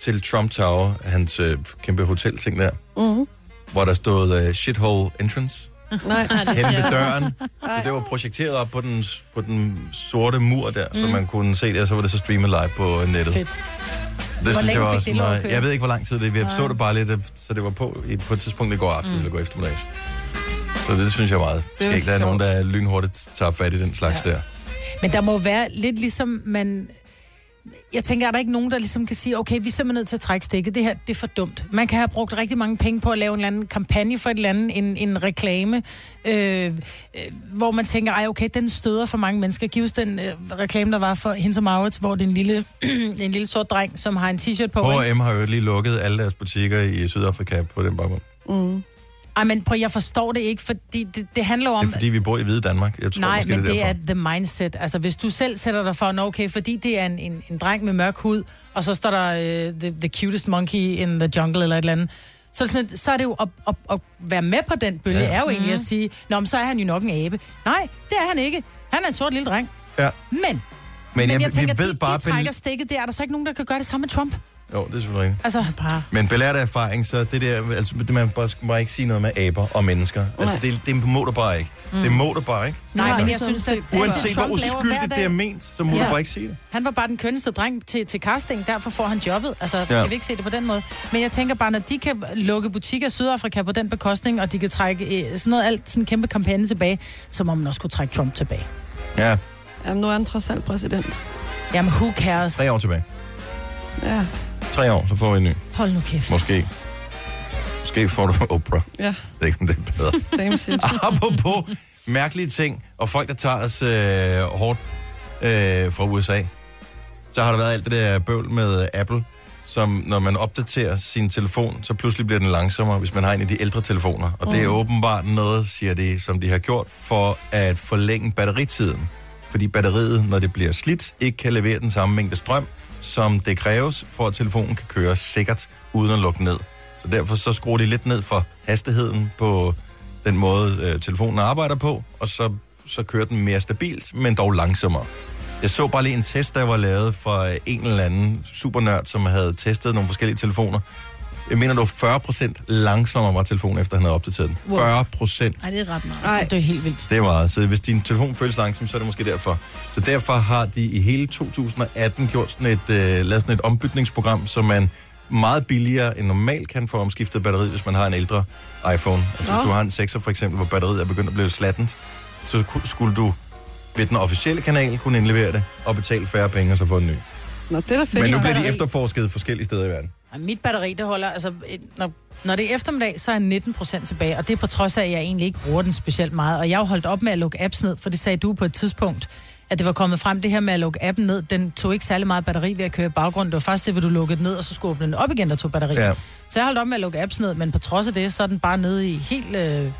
S1: til Trump Tower, hans øh, kæmpe hotelting der,
S3: Mm.
S1: hvor der stod øh, shithole entrance
S3: Nej.
S2: Ah,
S1: hen ved døren. Så det var projekteret op på den, på den sorte mur der, mm. så
S2: Mm.
S1: man kunne se det, og så var det så streamet live på nettet.
S2: Fedt.
S1: Så
S2: Hvor
S1: Det synes
S2: længe
S1: jeg var
S2: fik
S1: også
S2: det lov at
S1: meget,
S2: køre?
S1: Jeg ved ikke, hvor lang tid det er. Jeg så
S2: Nej.
S1: det bare lidt, så det var på, i- på et tidspunkt i går aftes
S2: Mm.
S1: mm. eller går eftermiddags. Så det synes jeg er meget.
S2: Det er
S1: Skal ikke, der er
S2: sjovt.
S1: nogen, der lynhurtigt tager fat i den slags ja. der.
S2: Men der må være lidt ligesom, man... Jeg tænker, er der ikke nogen, der ligesom kan sige, okay, vi er simpelthen nødt til at trække stikket. Det her, det er for dumt. Man kan have brugt rigtig mange penge på at lave en eller anden kampagne for et eller andet, en, en reklame, øh, øh, hvor man tænker, ej, okay, den støder for mange mennesker. Giv os den øh, reklame, der var for Hens og Maurits, hvor det er en lille, en lille sort dreng, som har en t-shirt på. ikke?
S1: H&M har jo lige lukket alle deres butikker i Sydafrika på den baggrund.
S2: Mm. Ej, men prøv, jeg forstår det ikke, fordi det, det handler jo om...
S1: Det er fordi, vi bor i Hvide Danmark. Jeg tror,
S2: Nej,
S1: måske,
S2: men
S1: det er
S2: det
S1: derfor.
S2: er the mindset. Altså, hvis du selv sætter dig for, "Nå, okay, fordi det er en, en, en dreng med mørk hud, og så står der uh, the, the cutest monkey in the jungle eller et eller andet, så er det, sådan, lidt- så er det jo at, at, at være med på den bølge,
S1: Ja.
S2: ja. er jo egentlig
S1: Mhm.
S2: at sige, Nå, men så er han jo nok en abe. Nej, det er han ikke. Han er en sort lille dreng.
S1: Ja.
S2: Men, men,
S1: Men, jeg,
S2: jeg tænker,
S1: vi ved
S2: de,
S1: bare...
S2: de trækker stikket der. Er der så ikke nogen, der kan gøre det samme med Trump?
S1: Jo, det er selvfølgelig rigtigt.
S2: Altså, bare...
S1: Men belært af erfaring, så det der, altså, det- man bare, skal bare ikke sige noget med aber og mennesker. Altså, det, det må du bare ikke. Mm. Det må du bare ikke.
S2: Nej,
S1: altså,
S2: men jeg synes, at-
S1: Uanset
S2: at
S1: hvor
S2: Trump laver hver
S1: uskyldigt
S2: dag-
S1: det er ment, så må ja.
S2: Ja.
S1: du bare ikke sige det.
S2: Han var bare den kønneste dreng til, til casting, derfor får han jobbet. Altså, ja. kan vi ikke se det på den måde. Men jeg tænker bare, når de kan lukke butikker i Sydafrika på den bekostning, og de kan trække øh, sådan noget, alt sådan en kæmpe kampagne tilbage, så må man også kunne trække Trump tilbage.
S1: Ja,
S3: Jamen, nu er han trods alt præsident.
S2: Jamen, who cares?
S1: tre år tilbage.
S3: Ja.
S1: Tre år, så får vi en ny.
S2: Hold nu kæft.
S1: Måske. Måske får du Oprah.
S3: Ja.
S1: Det er ikke, om det er bedre.
S3: Same shit.
S1: Apropos mærkelige ting, og folk, der tager os øh, hårdt øh, fra USA, så har der været alt det der bøvl med øh, Apple, som når man opdaterer sin telefon, så pludselig bliver den langsommere, hvis man har en af de ældre telefoner. Og det er
S13: Mm.
S1: åbenbart noget, siger de, som de har gjort for at forlænge batteritiden. Fordi batteriet, når det bliver slidt, ikke kan levere den samme mængde strøm, som det kræves, for at telefonen kan køre sikkert, uden at lukke ned. Så derfor så skruer de lidt ned for hastigheden på den måde, øh, telefonen arbejder på, og så, så kører den mere stabilt, men dog langsommere. Jeg så bare lige en test, der var lavet fra en eller anden supernørd, som havde testet nogle forskellige telefoner. Jeg mener, det var 40% langsommere var telefonen, efter han havde opdateret den.
S4: Wow.
S1: 40%.
S4: Nej, det er ret meget. Nej, det er helt vildt.
S1: Det er meget. Så hvis din telefon føles langsom, så er det måske derfor. Så derfor har de i hele 2018 gjort sådan et, øh, lavet sådan et ombytningsprogram, så man meget billigere end normalt kan få omskiftet batteri, hvis man har en ældre iPhone. Altså
S13: Nå.
S1: hvis du har en 6'er for eksempel, hvor batteriet er begyndt at blive slattent, så ku- skulle du ved den officielle kanal kunne indlevere det og betale færre penge og så få en ny.
S3: Nå, det er da fedt.
S1: Men nu bliver de
S2: batteri.
S1: efterforsket forskellige steder i verden.
S2: Ej, Mit batteri, det holder, altså, et- når, når det er eftermiddag, så er 19 procent tilbage, og det er på trods af, at jeg egentlig ikke bruger den specielt meget. Og jeg har jo holdt op med at lukke apps ned, for det sagde du på et tidspunkt, at det var kommet frem, det her med at lukke appen ned, den tog ikke særlig meget batteri ved at køre i baggrunden. Det var faktisk det, hvor du lukkede den ned, og så skulle åbne den op igen, der tog batteri.
S1: Ja.
S2: Så jeg holdt op med at lukke apps ned, men på trods af det, så er den bare nede i helt... Øh,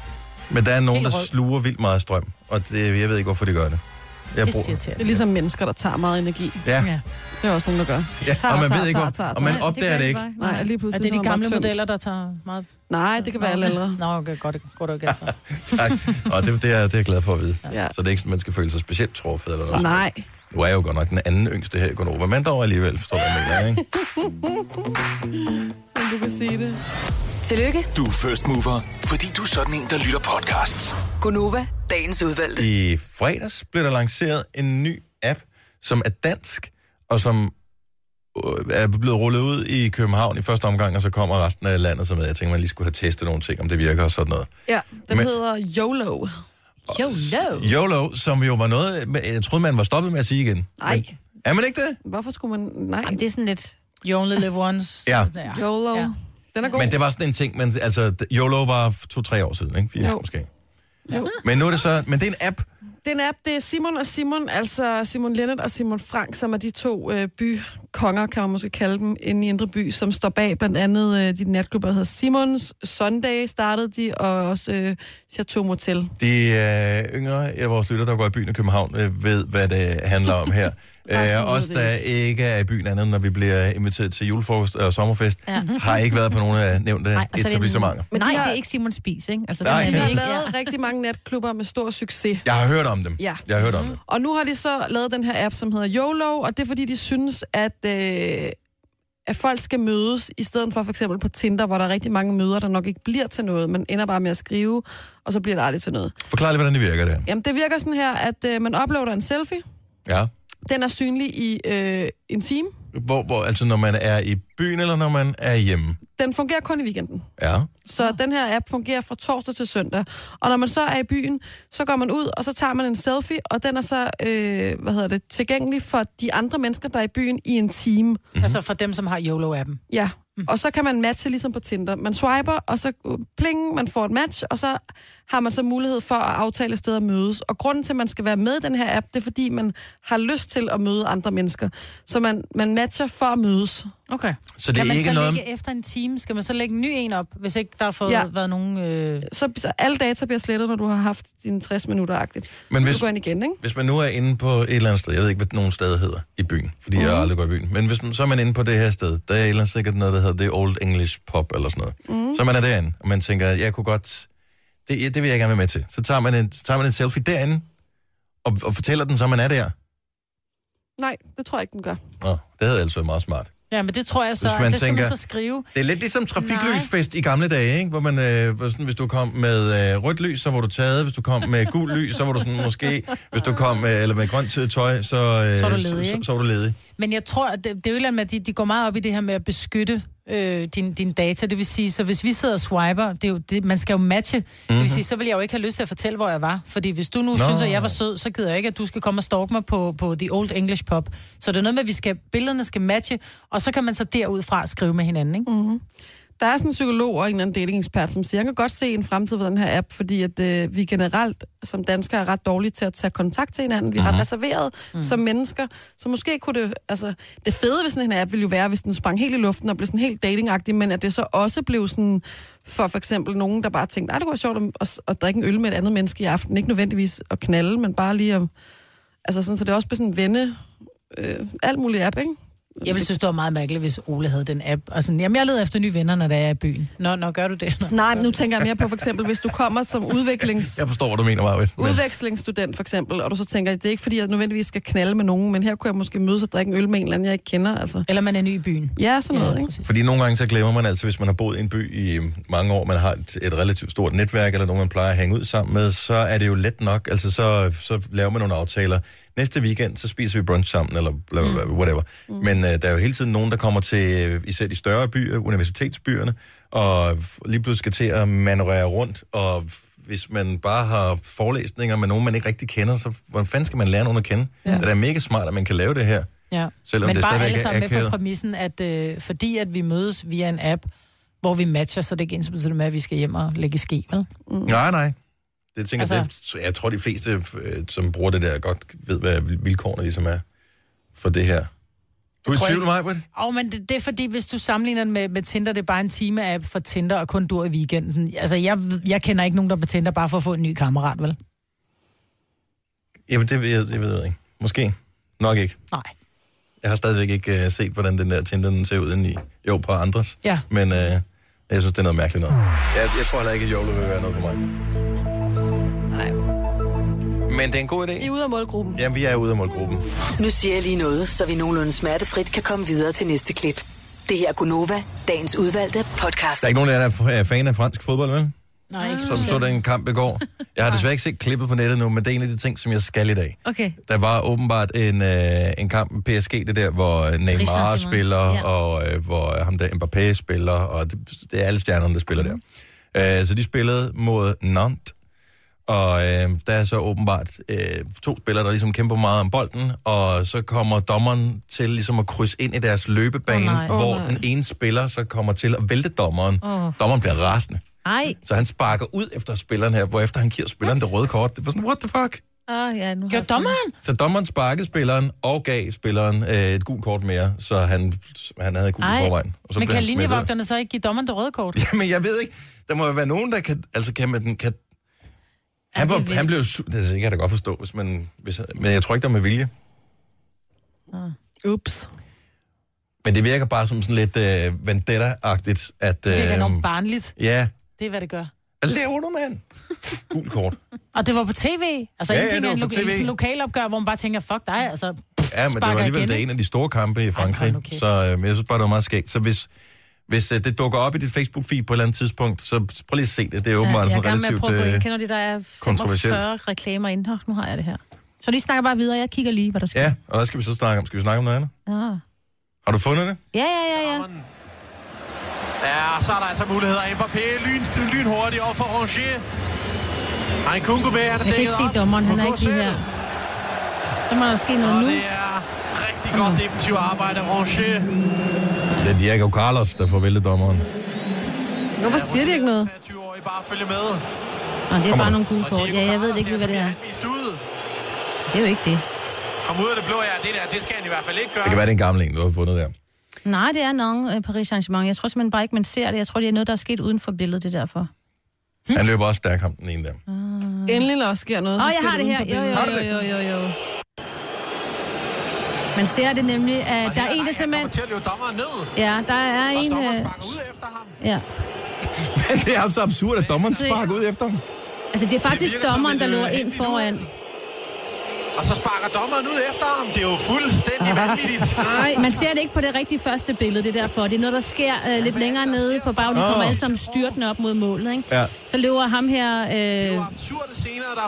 S1: Men der er nogen,
S2: Helt
S1: der
S2: rød.
S1: sluger vildt meget strøm, og det, jeg ved ikke, hvorfor de gør det. Jeg bruger-
S3: det er ligesom mennesker, der tager meget energi.
S1: Ja.
S3: Det er også nogen, der gør.
S1: Ja,
S3: Tager,
S1: og man
S3: tager,
S1: ved ikke,
S3: tager,
S1: hvor-
S3: tager,
S1: og man
S3: tager.
S1: opdager
S3: gør
S1: det
S3: de
S1: ikke.
S3: bare. Nej, lige
S2: er
S3: pludselig.
S2: det
S3: så
S2: de
S3: man
S2: gamle
S3: bare tømt.
S2: modeller, der tager meget...
S3: Nej, det kan være alle ældre.
S2: Nå, okay, godt, godt, altså. okay, så.
S1: Tak. Og det, det, er, det er jeg glad for at vide.
S3: Ja.
S1: Ja. Så det er ikke sådan, man skal føle sig specielt truffet eller noget.
S3: Nej.
S1: Nu er jeg jo godt nok den anden yngste her i Gonova, men dog alligevel, forstår du, hvad jeg mener, ikke?
S3: Som du kan sige det.
S7: Tillykke,
S6: Du er first mover, fordi du er sådan en, der lytter podcasts.
S7: Gunova, dagens udvalgte.
S1: I fredags blev der lanceret en ny app, som er dansk, og som øh, er blevet rullet ud i København i første omgang, og så kommer resten af landet så med. Jeg tænker, man lige skulle have testet nogle ting, om det virker og sådan noget.
S3: Ja, den
S1: Men-
S3: hedder YOLO. YOLO?
S1: YOLO, som jo var noget, jeg troede, man var stoppet med at sige igen.
S3: Nej.
S1: Er man ikke det?
S3: Hvorfor skulle man... Nej.
S5: Jamen, det er sådan lidt...
S2: You only live once.
S1: Ja.
S3: YOLO. Ja. Den er god.
S1: Men det var sådan en ting, men altså, YOLO var to-tre år siden, ikke? Fire,
S3: Jo.
S1: måske.
S3: Jo.
S1: Men nu er det så, men det er en app,
S3: Det er en app, det er Simon og Simon, altså Simon Lennart og Simon Frank, som er de to øh, bykonger, kan man måske kalde dem, inde i Indre By, som står bag blandt andet øh, de natklubber, der hedder Simons. Sunday startede de, og også øh, Chateau Motel.
S1: De øh, yngre af vores lytter, der går i byen i København, øh, ved, hvad det handler om her.
S13: Resten
S1: Øh, os,
S13: ved det
S1: der ikke er i byen andet, end når vi bliver inviteret til julefrokost og sommerfest,
S5: Ja.
S1: ja. har ikke været på nogen af nævnte
S5: Nej,
S1: Nej,
S5: og så er det en-
S1: etablissementer.
S5: Men nej,
S3: de
S5: det
S3: har-
S5: er ikke Simon Spies, ikke? Altså,
S1: Nej.
S5: sådan
S3: De
S5: er
S3: har
S5: det ikke.
S3: lavet rigtig mange natklubber med stor succes.
S1: Jeg har hørt om dem.
S3: Ja.
S1: Jeg har hørt om dem.
S3: Og nu har de så lavet den her app, som hedder YOLO, og det er fordi, de synes, at, øh, at folk skal mødes, i stedet for for eksempel på Tinder, hvor der er rigtig mange møder, der nok ikke bliver til noget. Man ender bare med at skrive, og så bliver det aldrig til noget.
S1: Forklar lige, hvordan det virker, det her.
S3: Jamen, det virker sådan her, at øh, man uploader en selfie.
S1: Ja.
S3: Den er synlig i øh, en time.
S1: Hvor, hvor, altså, når man er i byen, eller når man er hjemme.
S3: Den fungerer kun i weekenden.
S1: Ja.
S3: Så den her app fungerer fra torsdag til søndag. Og når man så er i byen, så går man ud, og så tager man en selfie, og den er så øh, hvad hedder det, tilgængelig for de andre mennesker, der er i byen i en time. Mm-hmm.
S2: Altså for dem, som har YOLO-appen. Mm.
S3: Ja, og så kan man matche ligesom på Tinder. Man swiper, og så øh, pling, man får et match, og så har man så mulighed for at aftale et sted at mødes. Og grunden til, at man skal være med i den her app, det er, fordi man har lyst til at møde andre mennesker. Så man, man matcher for at mødes.
S2: Okay.
S1: Så det
S2: kan
S1: er
S2: man
S1: ikke
S2: så
S1: noget-
S2: lægge efter en time? Skal man så lægge en ny en op, hvis ikke der har fået
S3: Ja.
S2: ja. været nogen... Øh...
S3: Så, så alle data bliver slettet, når du har haft dine 60 minutter-agtigt.
S1: Men
S3: Men hvis...
S1: hvis-
S3: Du går ind igen, ikke?
S1: Hvis man nu er inde på et eller andet sted, jeg ved ikke, hvad nogen sted hedder i byen, fordi
S2: Mhm.
S1: mm. jeg aldrig går i byen, men hvis man, så er man inde på det her sted, der er et eller andet sikkert noget, der hedder The Old English Pop eller sådan noget.
S13: Mm.
S2: Mhm.
S1: Mm. Så man er derinde, og man tænker, jeg kunne godt, det, ja, det vil jeg gerne være med til. Så tager man en, så tager man en selfie derinde, og, og fortæller den, så man er der.
S3: Nej, det tror jeg ikke, den gør.
S1: Nå, det havde altså været meget smart.
S2: Ja, men det tror jeg så,
S1: Hvis man
S2: det skal
S1: tænker-
S2: man så skrive.
S1: Det er lidt ligesom trafiklysfest i gamle dage, ikke? Hvor man, øh, hvor sådan, hvis du kom med øh, rødt lys, så var du taget. Hvis du kom med gul lys, så var du sådan måske... Hvis du kom med, eller med grønt tøj, så, øh,
S2: Så var du ledig,
S1: så, så,
S2: ikke?
S1: så var du ledig.
S2: Men jeg tror, at det, det er jo et eller andet med, at de, de går meget op i det her med at beskytte øh, din, din data. Det vil sige, så hvis vi sidder og swiper, det er jo, det, man skal jo matche. Mm-hmm. Det
S5: Mhm.
S2: vil sige, så vil jeg jo ikke have lyst til at fortælle, hvor jeg var. Fordi hvis du nu
S5: Nå.
S2: Nå. synes, at jeg var sød, så gider jeg ikke, at du skal komme og stalke mig på, på The Old English Pop. Så det er noget med, at vi skal, billederne skal matche, og så kan man så derudfra skrive med hinanden, ikke?
S3: Mm-hmm. Der er sådan en psykolog og en eller anden datingekspert, som siger, at han kan godt se en fremtid for den her app, fordi at, øh, vi generelt som danskere er ret dårlige til at tage kontakt til hinanden. Vi er ret
S4: Mhm.
S3: reserveret mm. som mennesker, så måske kunne det... Altså, det fede ved sådan en app ville jo være, hvis den sprang helt i luften og blev sådan helt datingagtig, men at det så også blev sådan for for eksempel nogen, der bare tænkte, at det kunne være sjovt at, at, at drikke en øl med et andet menneske i aften. Ikke nødvendigvis at knalde, men bare lige at... Altså sådan, så det også blev sådan en venne... Øh, alt muligt app, ikke?
S2: Jeg ville synes, det var meget mærkeligt, hvis Ole havde den app. Og sådan, jamen, jeg leder efter nye venner, når der er i byen. Nå, nå, gør du det? Nå.
S3: Nej, men nu tænker jeg mere på for eksempel, hvis du kommer som udviklings...
S1: Jeg forstår, hvad du mener, Marvitt.
S3: udvekslingsstudent for eksempel, og du så tænker, det er ikke fordi, jeg nødvendigvis skal knalde med nogen, men her kunne jeg måske mødes og drikke en øl med en eller anden, jeg ikke kender. Altså.
S2: Eller man er ny i byen.
S3: Ja, sådan noget, ikke?
S1: Fordi nogle gange så glemmer man altså, hvis man har boet i en by i øhm, mange år, man har et, et relativt stort netværk, eller nogen, man plejer at hænge ud sammen med, så er det jo let nok. Altså, så, så laver man nogle aftaler. Næste weekend, så spiser vi brunch sammen, eller bla, bla, bla, whatever. Mm. Men øh, der er jo hele tiden nogen, der kommer til, øh, især de større byer, universitetsbyerne, og f- lige pludselig skal til at manøvrere rundt, og f- hvis man bare har forelæsninger med nogen, man ikke rigtig kender, så hvordan fanden skal man lære nogen at kende? Ja. Det er da mega smart, at man kan lave det her.
S2: Ja.
S1: Selvom
S2: Men
S1: det
S2: bare
S1: stadigvæk
S2: alle
S1: er
S2: sammen med på
S1: akavet.
S2: præmissen, at øh, fordi at vi mødes via en app, hvor vi matcher, så er det ikke ens betydende med, at vi skal hjem og lægge i ski, vel?
S1: Nej, nej. Det tænker, altså...
S2: Altså-
S1: det, jeg tror, de fleste, øh, som bruger det der, godt ved, hvad vilkårene ligesom er for det her. Du er i
S2: tror
S1: tvivl,
S2: ikke-
S1: mig, Britt?
S2: Åh, oh, men det, det er fordi, hvis du sammenligner den med, med Tinder, det er bare en time-app for Tinder, og kun dur i weekenden. Altså, jeg, jeg kender ikke nogen, der er på Tinder bare for at få en ny kammerat, vel?
S1: Jamen, det ved jeg, det ved jeg ikke. Måske. Nok ikke.
S2: Nej.
S1: Jeg har stadigvæk ikke øh, set, hvordan den der Tinder den ser ud inde i. Jo, på andres.
S2: Ja.
S1: Men øh, jeg synes, det er noget mærkeligt noget. Jeg, jeg tror heller ikke, at Jolo vil være noget for mig.
S3: Nej.
S1: Men det er en god idé. I
S3: er ude af målgruppen.
S1: Jamen, vi er ude af målgruppen.
S7: Nu siger jeg lige noget, så vi nogenlunde smertefrit kan komme videre til næste klip. Det her er Gunova, dagens udvalgte podcast.
S1: Der er ikke nogen af jer, der er fan af fransk fodbold, vel?
S2: Nej, ikke
S1: Som så den kamp i går. Jeg har desværre ikke set klippet på nettet nu, men det er en af de ting, som jeg skal i dag.
S4: Okay.
S1: Der var åbenbart en, øh, en kamp med PSG, det der, hvor øh, Neymar
S4: Richarlison.
S1: spiller, ja.
S4: Ja.
S1: og øh, hvor ham der Mbappé spiller, og det, det er alle stjernerne, der spiller
S4: Mhm.
S1: mm. der. Øh, så de spillede mod Nantes, og øh, der er så åbenbart øh, to spillere, der ligesom kæmper meget om bolden, og så kommer dommeren til ligesom at krydse ind i deres løbebane,
S4: Åh, nej.
S1: hvor
S4: Åh, nej.
S1: den ene spiller så kommer til at vælte dommeren.
S4: Åh.
S1: Dommeren bliver rasende.
S4: Ej.
S1: Så han sparker ud efter spilleren her, hvor efter han giver spilleren det røde kort. Det var sådan, what the fuck?
S4: Åh, ja, nu Gør dommeren?
S1: Så dommeren sparkede spilleren og gav spilleren øh, et gult kort mere, så han, han havde gult i forvejen. Og så
S2: men
S1: blev
S2: kan
S1: han smidt ud.
S2: linjevogterne så ikke give dommeren det røde kort?
S1: Jamen, jeg ved ikke. Der må jo være nogen, der kan... Altså, kan man den... Kan... Han, var, han blev... su- Altså, jeg kan da godt forstå, hvis man... Hvis, men jeg tror ikke, der er med vilje.
S3: Ups.
S1: Men det virker bare som sådan lidt øh, vendetta-agtigt, at... Øh,
S2: Det er enormt barnligt.
S1: ja,
S2: Det er, hvad det gør.
S1: Lever du, mand? gult kort.
S2: Og det var på tv. Altså,
S1: Ja, ja,
S2: ja, en ting
S1: det
S2: er en,
S1: var på
S2: lo- en
S1: TV.
S2: sådan lokalopgør, hvor man bare tænker, fuck dig, altså...
S1: Ja, men det var
S2: sparker
S1: alligevel
S2: igen,
S1: det
S2: ikke?
S1: en af de store kampe i Frankrig. Ej, okay. Så øh, men jeg synes bare, det var meget skægt. Så hvis, hvis øh, det dukker op i dit Facebook-feed på et eller andet tidspunkt, så prøv lige at se det. Det er åbenbart
S4: jeg
S1: ja,
S4: er
S1: sådan
S4: i gang med at
S1: relativt...
S4: prøve at gå ind.
S1: Øh,
S4: Kender du det, der er
S1: kontroversielt.
S4: 45 reklamer inde? Nå, nu har jeg det her. Så de snakker bare videre, jeg kigger lige, hvad der sker.
S1: ja, og hvad skal vi så snakke om? Skal vi snakke om noget andet?
S4: Ah.
S1: Har du fundet det?
S4: Ja, ja, ja, ja.
S13: Ja, og så er der altså muligheder. Mbappé lyn, lyn hurtigt over for Rongier. Ej, Kunkube, han er
S4: Jeg kan ikke
S13: dækket
S4: se
S13: op.
S4: dommeren, han er
S13: Må
S4: ikke lige
S13: gå
S4: her. Så må der ske noget nu.
S13: Rigtig godt defensivt arbejde af Rongier.
S1: Det er Diego Carlos, der får væltet dommeren.
S3: Hvorfor siger de ikke noget?
S13: Og I bare følge med.
S4: Nå, det er
S1: Kommer.
S4: bare nogle gule kort. Ja, jeg ved ikke lige, hvad det er.
S13: Vist ud.
S4: Det er jo ikke det.
S13: Kom ud af det blå, ja. Det der, det skal han i hvert fald ikke gøre.
S1: Det kan være, det er en gammel en, du har fundet der.
S4: Nej, det er nogen øh, Paris Saint-Germain. Jeg tror simpelthen bare ikke, man ser det. Jeg tror, det er noget, der er sket uden for billedet, det er derfor.
S1: Han løber også stærk, ham den ene der.
S3: Mm. Endelig, når der sker noget.
S4: Åh,
S3: så
S4: oh, jeg
S3: sker
S4: har det
S3: uden
S4: her.
S3: for
S4: Jo, jo,
S3: billedet.
S4: jo, jo, jo, jo. Man ser det nemlig, at der er en, der simpelthen...
S13: til at løbe dommeren ned.
S4: Ja, der er en... øh, Ja.
S1: Men det er så absurd, at dommeren sparker ud efter ham.
S4: Altså, det er faktisk
S13: Det virker som
S4: dommeren,
S13: et,
S4: der
S13: øh,
S4: løber ind
S13: hændeligt
S4: foran.
S13: Og så sparker dommeren ud efter ham. Det er jo fuldstændig
S1: Ah.
S13: vanvittigt.
S4: Man ser det ikke på det rigtige første billede, det er derfor. Det er noget, der sker øh, lidt længere nede på bagen. De kommer
S13: Ah.
S1: Åh.
S4: alle sammen styrtende op mod målet, ikke?
S1: Ja.
S4: Så løber ham her... Øh,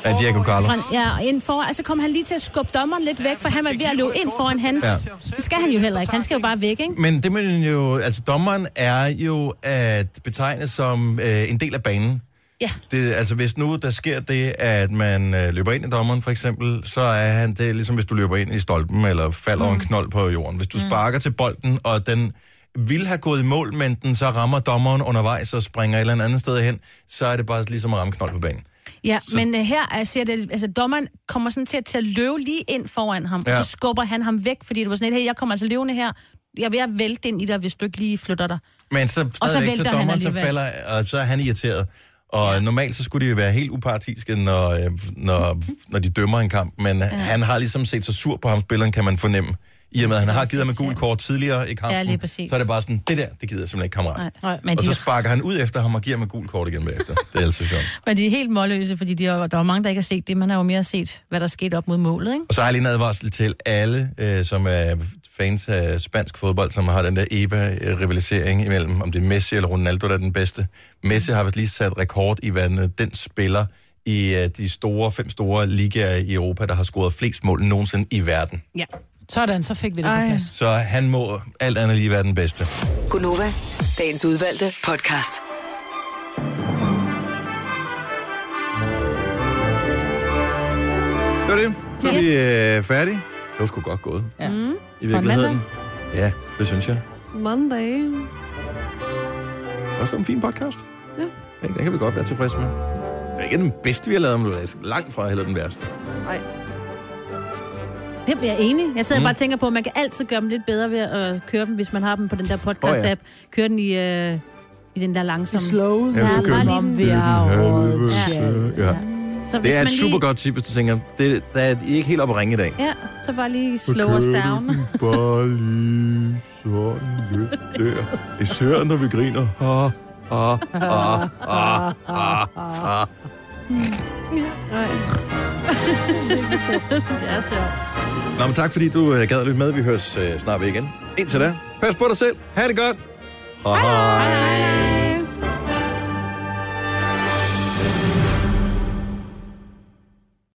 S1: Af Diego Carlos.
S4: fra- ja, ind foran. Altså kom han lige til at skubbe dommeren lidt væk, for han var ved at løbe ind foran hans.
S1: Ja.
S4: Det skal han jo heller ikke. Han skal jo bare væk, ikke?
S1: Men det man jo... Altså, dommeren er jo at betegne som øh, en del af banen.
S4: Ja.
S1: Det, altså, hvis nu der sker det, at man øh, løber ind i dommeren, for eksempel, så er han det er ligesom, hvis du løber ind i stolpen, eller falder mm. en knold på jorden. Hvis du mm. sparker til bolden, og den vil have gået i mål, men den så rammer dommeren undervejs og springer et eller andet sted hen, så er det bare ligesom at ramme knold på banen.
S4: Ja, så... men uh, her er- ser det, altså dommeren kommer sådan til at tage løve lige ind foran ham,
S1: Ja.
S4: ja. og så skubber han ham væk, fordi det var sådan et, hey, jeg kommer altså løvende her, jeg er ved at vælte ind i dig, hvis du ikke lige flytter dig.
S1: Men så
S4: Og så
S1: stadigvæk, så,
S4: vælter
S1: så
S4: han
S1: dommeren så
S4: alligevel.
S1: falder, og så er han irriteret. Og ja. normalt så skulle de jo være helt upartiske, når, øh, når, når de dømmer en kamp, men ja. han har ligesom set sig sur på ham, spilleren kan man fornemme i og med, at han har givet ham et gult kort tidligere i kampen.
S5: Ja, lige præcis.
S1: Så er det bare sådan, det der, det gider jeg simpelthen ikke, kammerat.
S5: Nej, nej, men
S1: og
S5: de-
S1: så sparker han ud efter ham og giver ham et gult kort igen bagefter. Det er altså sjovt.
S5: Men de er helt målløse, fordi de er, der er jo mange, der ikke har set det. Man har jo mere set, hvad der skete op mod målet, ikke?
S1: Og så har jeg lige en advarsel til alle, øh, som er fans af spansk fodbold, som har den der EBA-rivalisering imellem, om det er Messi eller Ronaldo, der er den bedste. Messi har vist lige sat rekord i, hvad den- den spiller i øh, de store, fem store ligaer i Europa, der har scoret flest mål nogensinde i verden.
S2: Ja. Sådan, så fik vi det Ej. på plads.
S1: Så han må alt andet lige være den bedste.
S7: Gunova, dagens udvalgte podcast.
S1: Det var det. Så er vi øh, færdige. Det var sgu godt gået.
S3: Ja. Mm.
S1: I virkeligheden. Ja, det synes jeg.
S3: Monday.
S1: Også en fin podcast. Ja. Den kan vi godt være tilfredse med. Det er ikke den bedste, vi har lavet, men det er langt fra heller den værste.
S3: Nej.
S4: Det er jeg enig. Jeg sidder
S1: Mm.
S4: mm. bare og tænker på, at man kan altid gøre dem lidt bedre ved at øh, køre dem, hvis man har dem på den der podcast-app.
S1: Åh, ja.
S4: Oh, ja. Køre den i, øh, i den der langsomme.
S2: Slow.
S1: Ja,
S4: Ja,
S1: du kører
S4: bare
S1: den.
S4: lige den.
S1: Ja.
S4: Så hvis
S1: Det er
S4: man
S1: et super
S4: lige,
S1: godt tip, hvis du tænker, det, der er I er ikke helt op at ringe i dag.
S4: Ja, så bare lige slow os down.
S1: Bare lige sådan lidt der. Især når vi griner. Ah, ah, ah, ah, ah, ah.
S4: Ja, nej. det er sjovt.
S1: Nå, men tak fordi du øh, gad lidt med. Vi høres øh, snart ved igen. Indtil da. Pas på dig selv. Ha' det godt. Hej. hej.